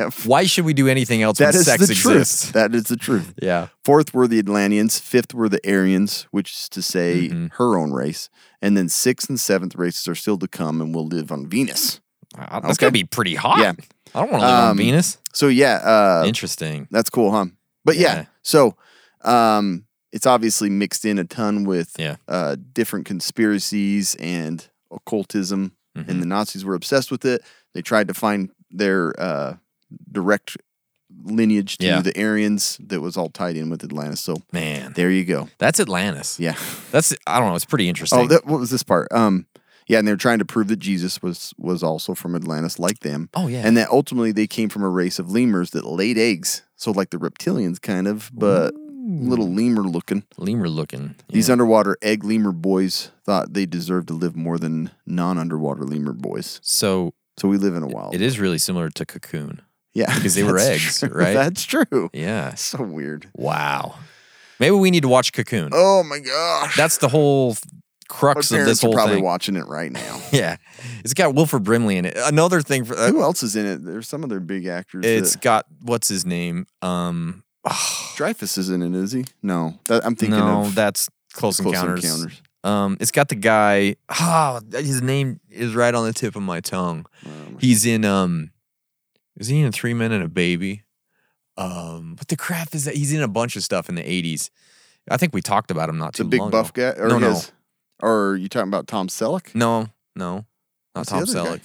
Yep. Why should we do anything else that when is sex the exists? truth. That is the truth. Yeah. Fourth were the Atlanteans. Fifth were the Aryans, which is to say Mm-hmm. her own race. And then sixth and seventh races are still to come and will live on Venus. Wow, that's Okay. gonna be pretty hot. Yeah. I don't want to live on Um, Venus. So yeah, uh, Interesting. that's cool, huh? But yeah, Yeah. so um, it's obviously mixed in a ton with Yeah. uh, different conspiracies and occultism, Mm-hmm. and the Nazis were obsessed with it. They tried to find their uh, direct lineage to Yeah. the Aryans that was all tied in with Atlantis. So Man, there you go. that's Atlantis. Yeah. That's I don't know. It's pretty interesting. Oh, that, what was this part? Um, yeah, and they were trying to prove that Jesus was was also from Atlantis, like them. Oh, yeah. and that ultimately they came from a race of lemurs that laid eggs. So like the reptilians, kind of, but little lemur looking. lemur looking. These Yeah. underwater egg lemur boys thought they deserved to live more than non underwater lemur boys. so So we live in a wild. it is really similar to cocoon. yeah, because they were that's eggs, true. right? That's true. Yeah. So weird. Wow. Maybe we need to watch Cocoon. Oh my gosh, That's the whole f- my crux of this parents are whole probably thing. watching it right now. Yeah, it's got Wilford Brimley in it. Another thing for uh, Who else is in it? There's some other big actors. it's that- got what's his name? Um, Dreyfus isn't in it, is he? No, that, I'm thinking no, of that's Close, Close Encounters. Encounters. Um, it's got the guy. Ah, his name is right on the tip of my tongue. Oh, He's in um, is he in Three Men and a Baby? Um, what the crap is that? He's in a bunch of stuff in the '80s. I think we talked about him not the too big long buff ago. guy. Or no, Mm-hmm. no, his- Or are you talking about Tom Selleck? No, no, not Who's the Tom other Selleck.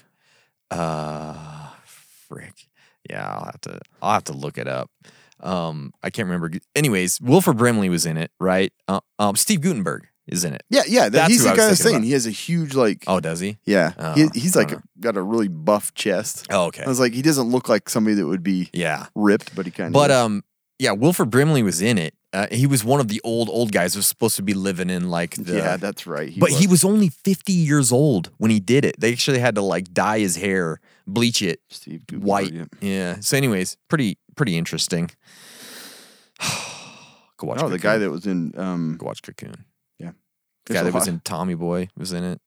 guy? Uh, frick. Yeah, I'll have to. I'll have to look it up. Um, I can't remember. Anyways, Wilford Brimley was in it, right? Uh, um, Steve Gutenberg is in it. Yeah, yeah. that- That's he's who the I was guy I was thinking saying. about. He has a huge like. Oh, does he? yeah. Oh, he, he's I like don't know. got a really buff chest. Oh, okay. I was like, he doesn't look like somebody that would be yeah, ripped, but he kind of. but um, yeah, Wilford Brimley was in it. Uh, he was one of the old old guys who was supposed to be living in like the. yeah, that's right. but he was only fifty years old when he did it. They actually had to like dye his hair, bleach it, Steve Gutenberg, white. yeah. Yeah. So, anyways, pretty pretty interesting. go watch. Oh, Cocoon. the guy that was in. Um, go watch Cocoon. Yeah. the There's guy a that was lot. in Tommy Boy was in it.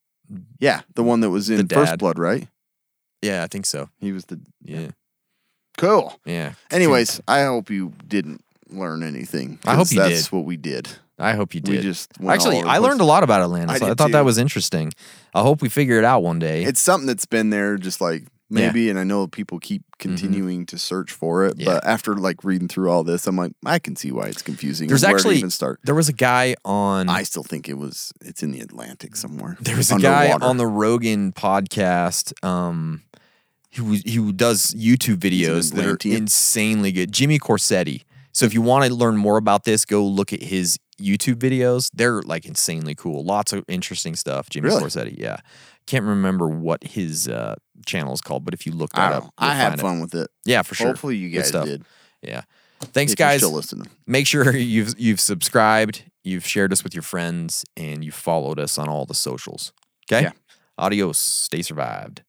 yeah, the one that was in The First dad. Blood, right? Yeah, I think so. He was the Yeah. cool. Yeah. Anyways, I hope you didn't learn anything. I hope 'cause you that's did. what we did. I hope you We did. just went all Actually, over I the learned place. a lot about Atlantis. I I, did thought that too. was interesting. I hope we figure it out one day. It's something that's been there, just like maybe, and I know people keep continuing to search for it. Mm-hmm. Yeah. But after like reading through all this, I'm like, I can see why it's confusing. There's and where to actually even start. there was a guy on I still think it was. It's in the Atlantic somewhere. There was a guy Underwater. on the Rogan podcast um, who who does YouTube He's an videos that are Atlantean. insanely good. Jimmy Corsetti. So if you want to learn more about this, go look at his YouTube videos. They're like insanely cool. Lots of interesting stuff. Jimmy Really? Corsetti. Yeah, can't remember what his uh, channel is called, but if you look I, that don't up, know. you'll Oh, I had find it. fun with it. Yeah, for sure. Hopefully, you Good guys stuff. did. Yeah. Thanks, If you're guys still listening. make sure you've you've subscribed, you've shared us with your friends, and you've followed us on all the socials. Okay. Yeah. Adios. Stay survived.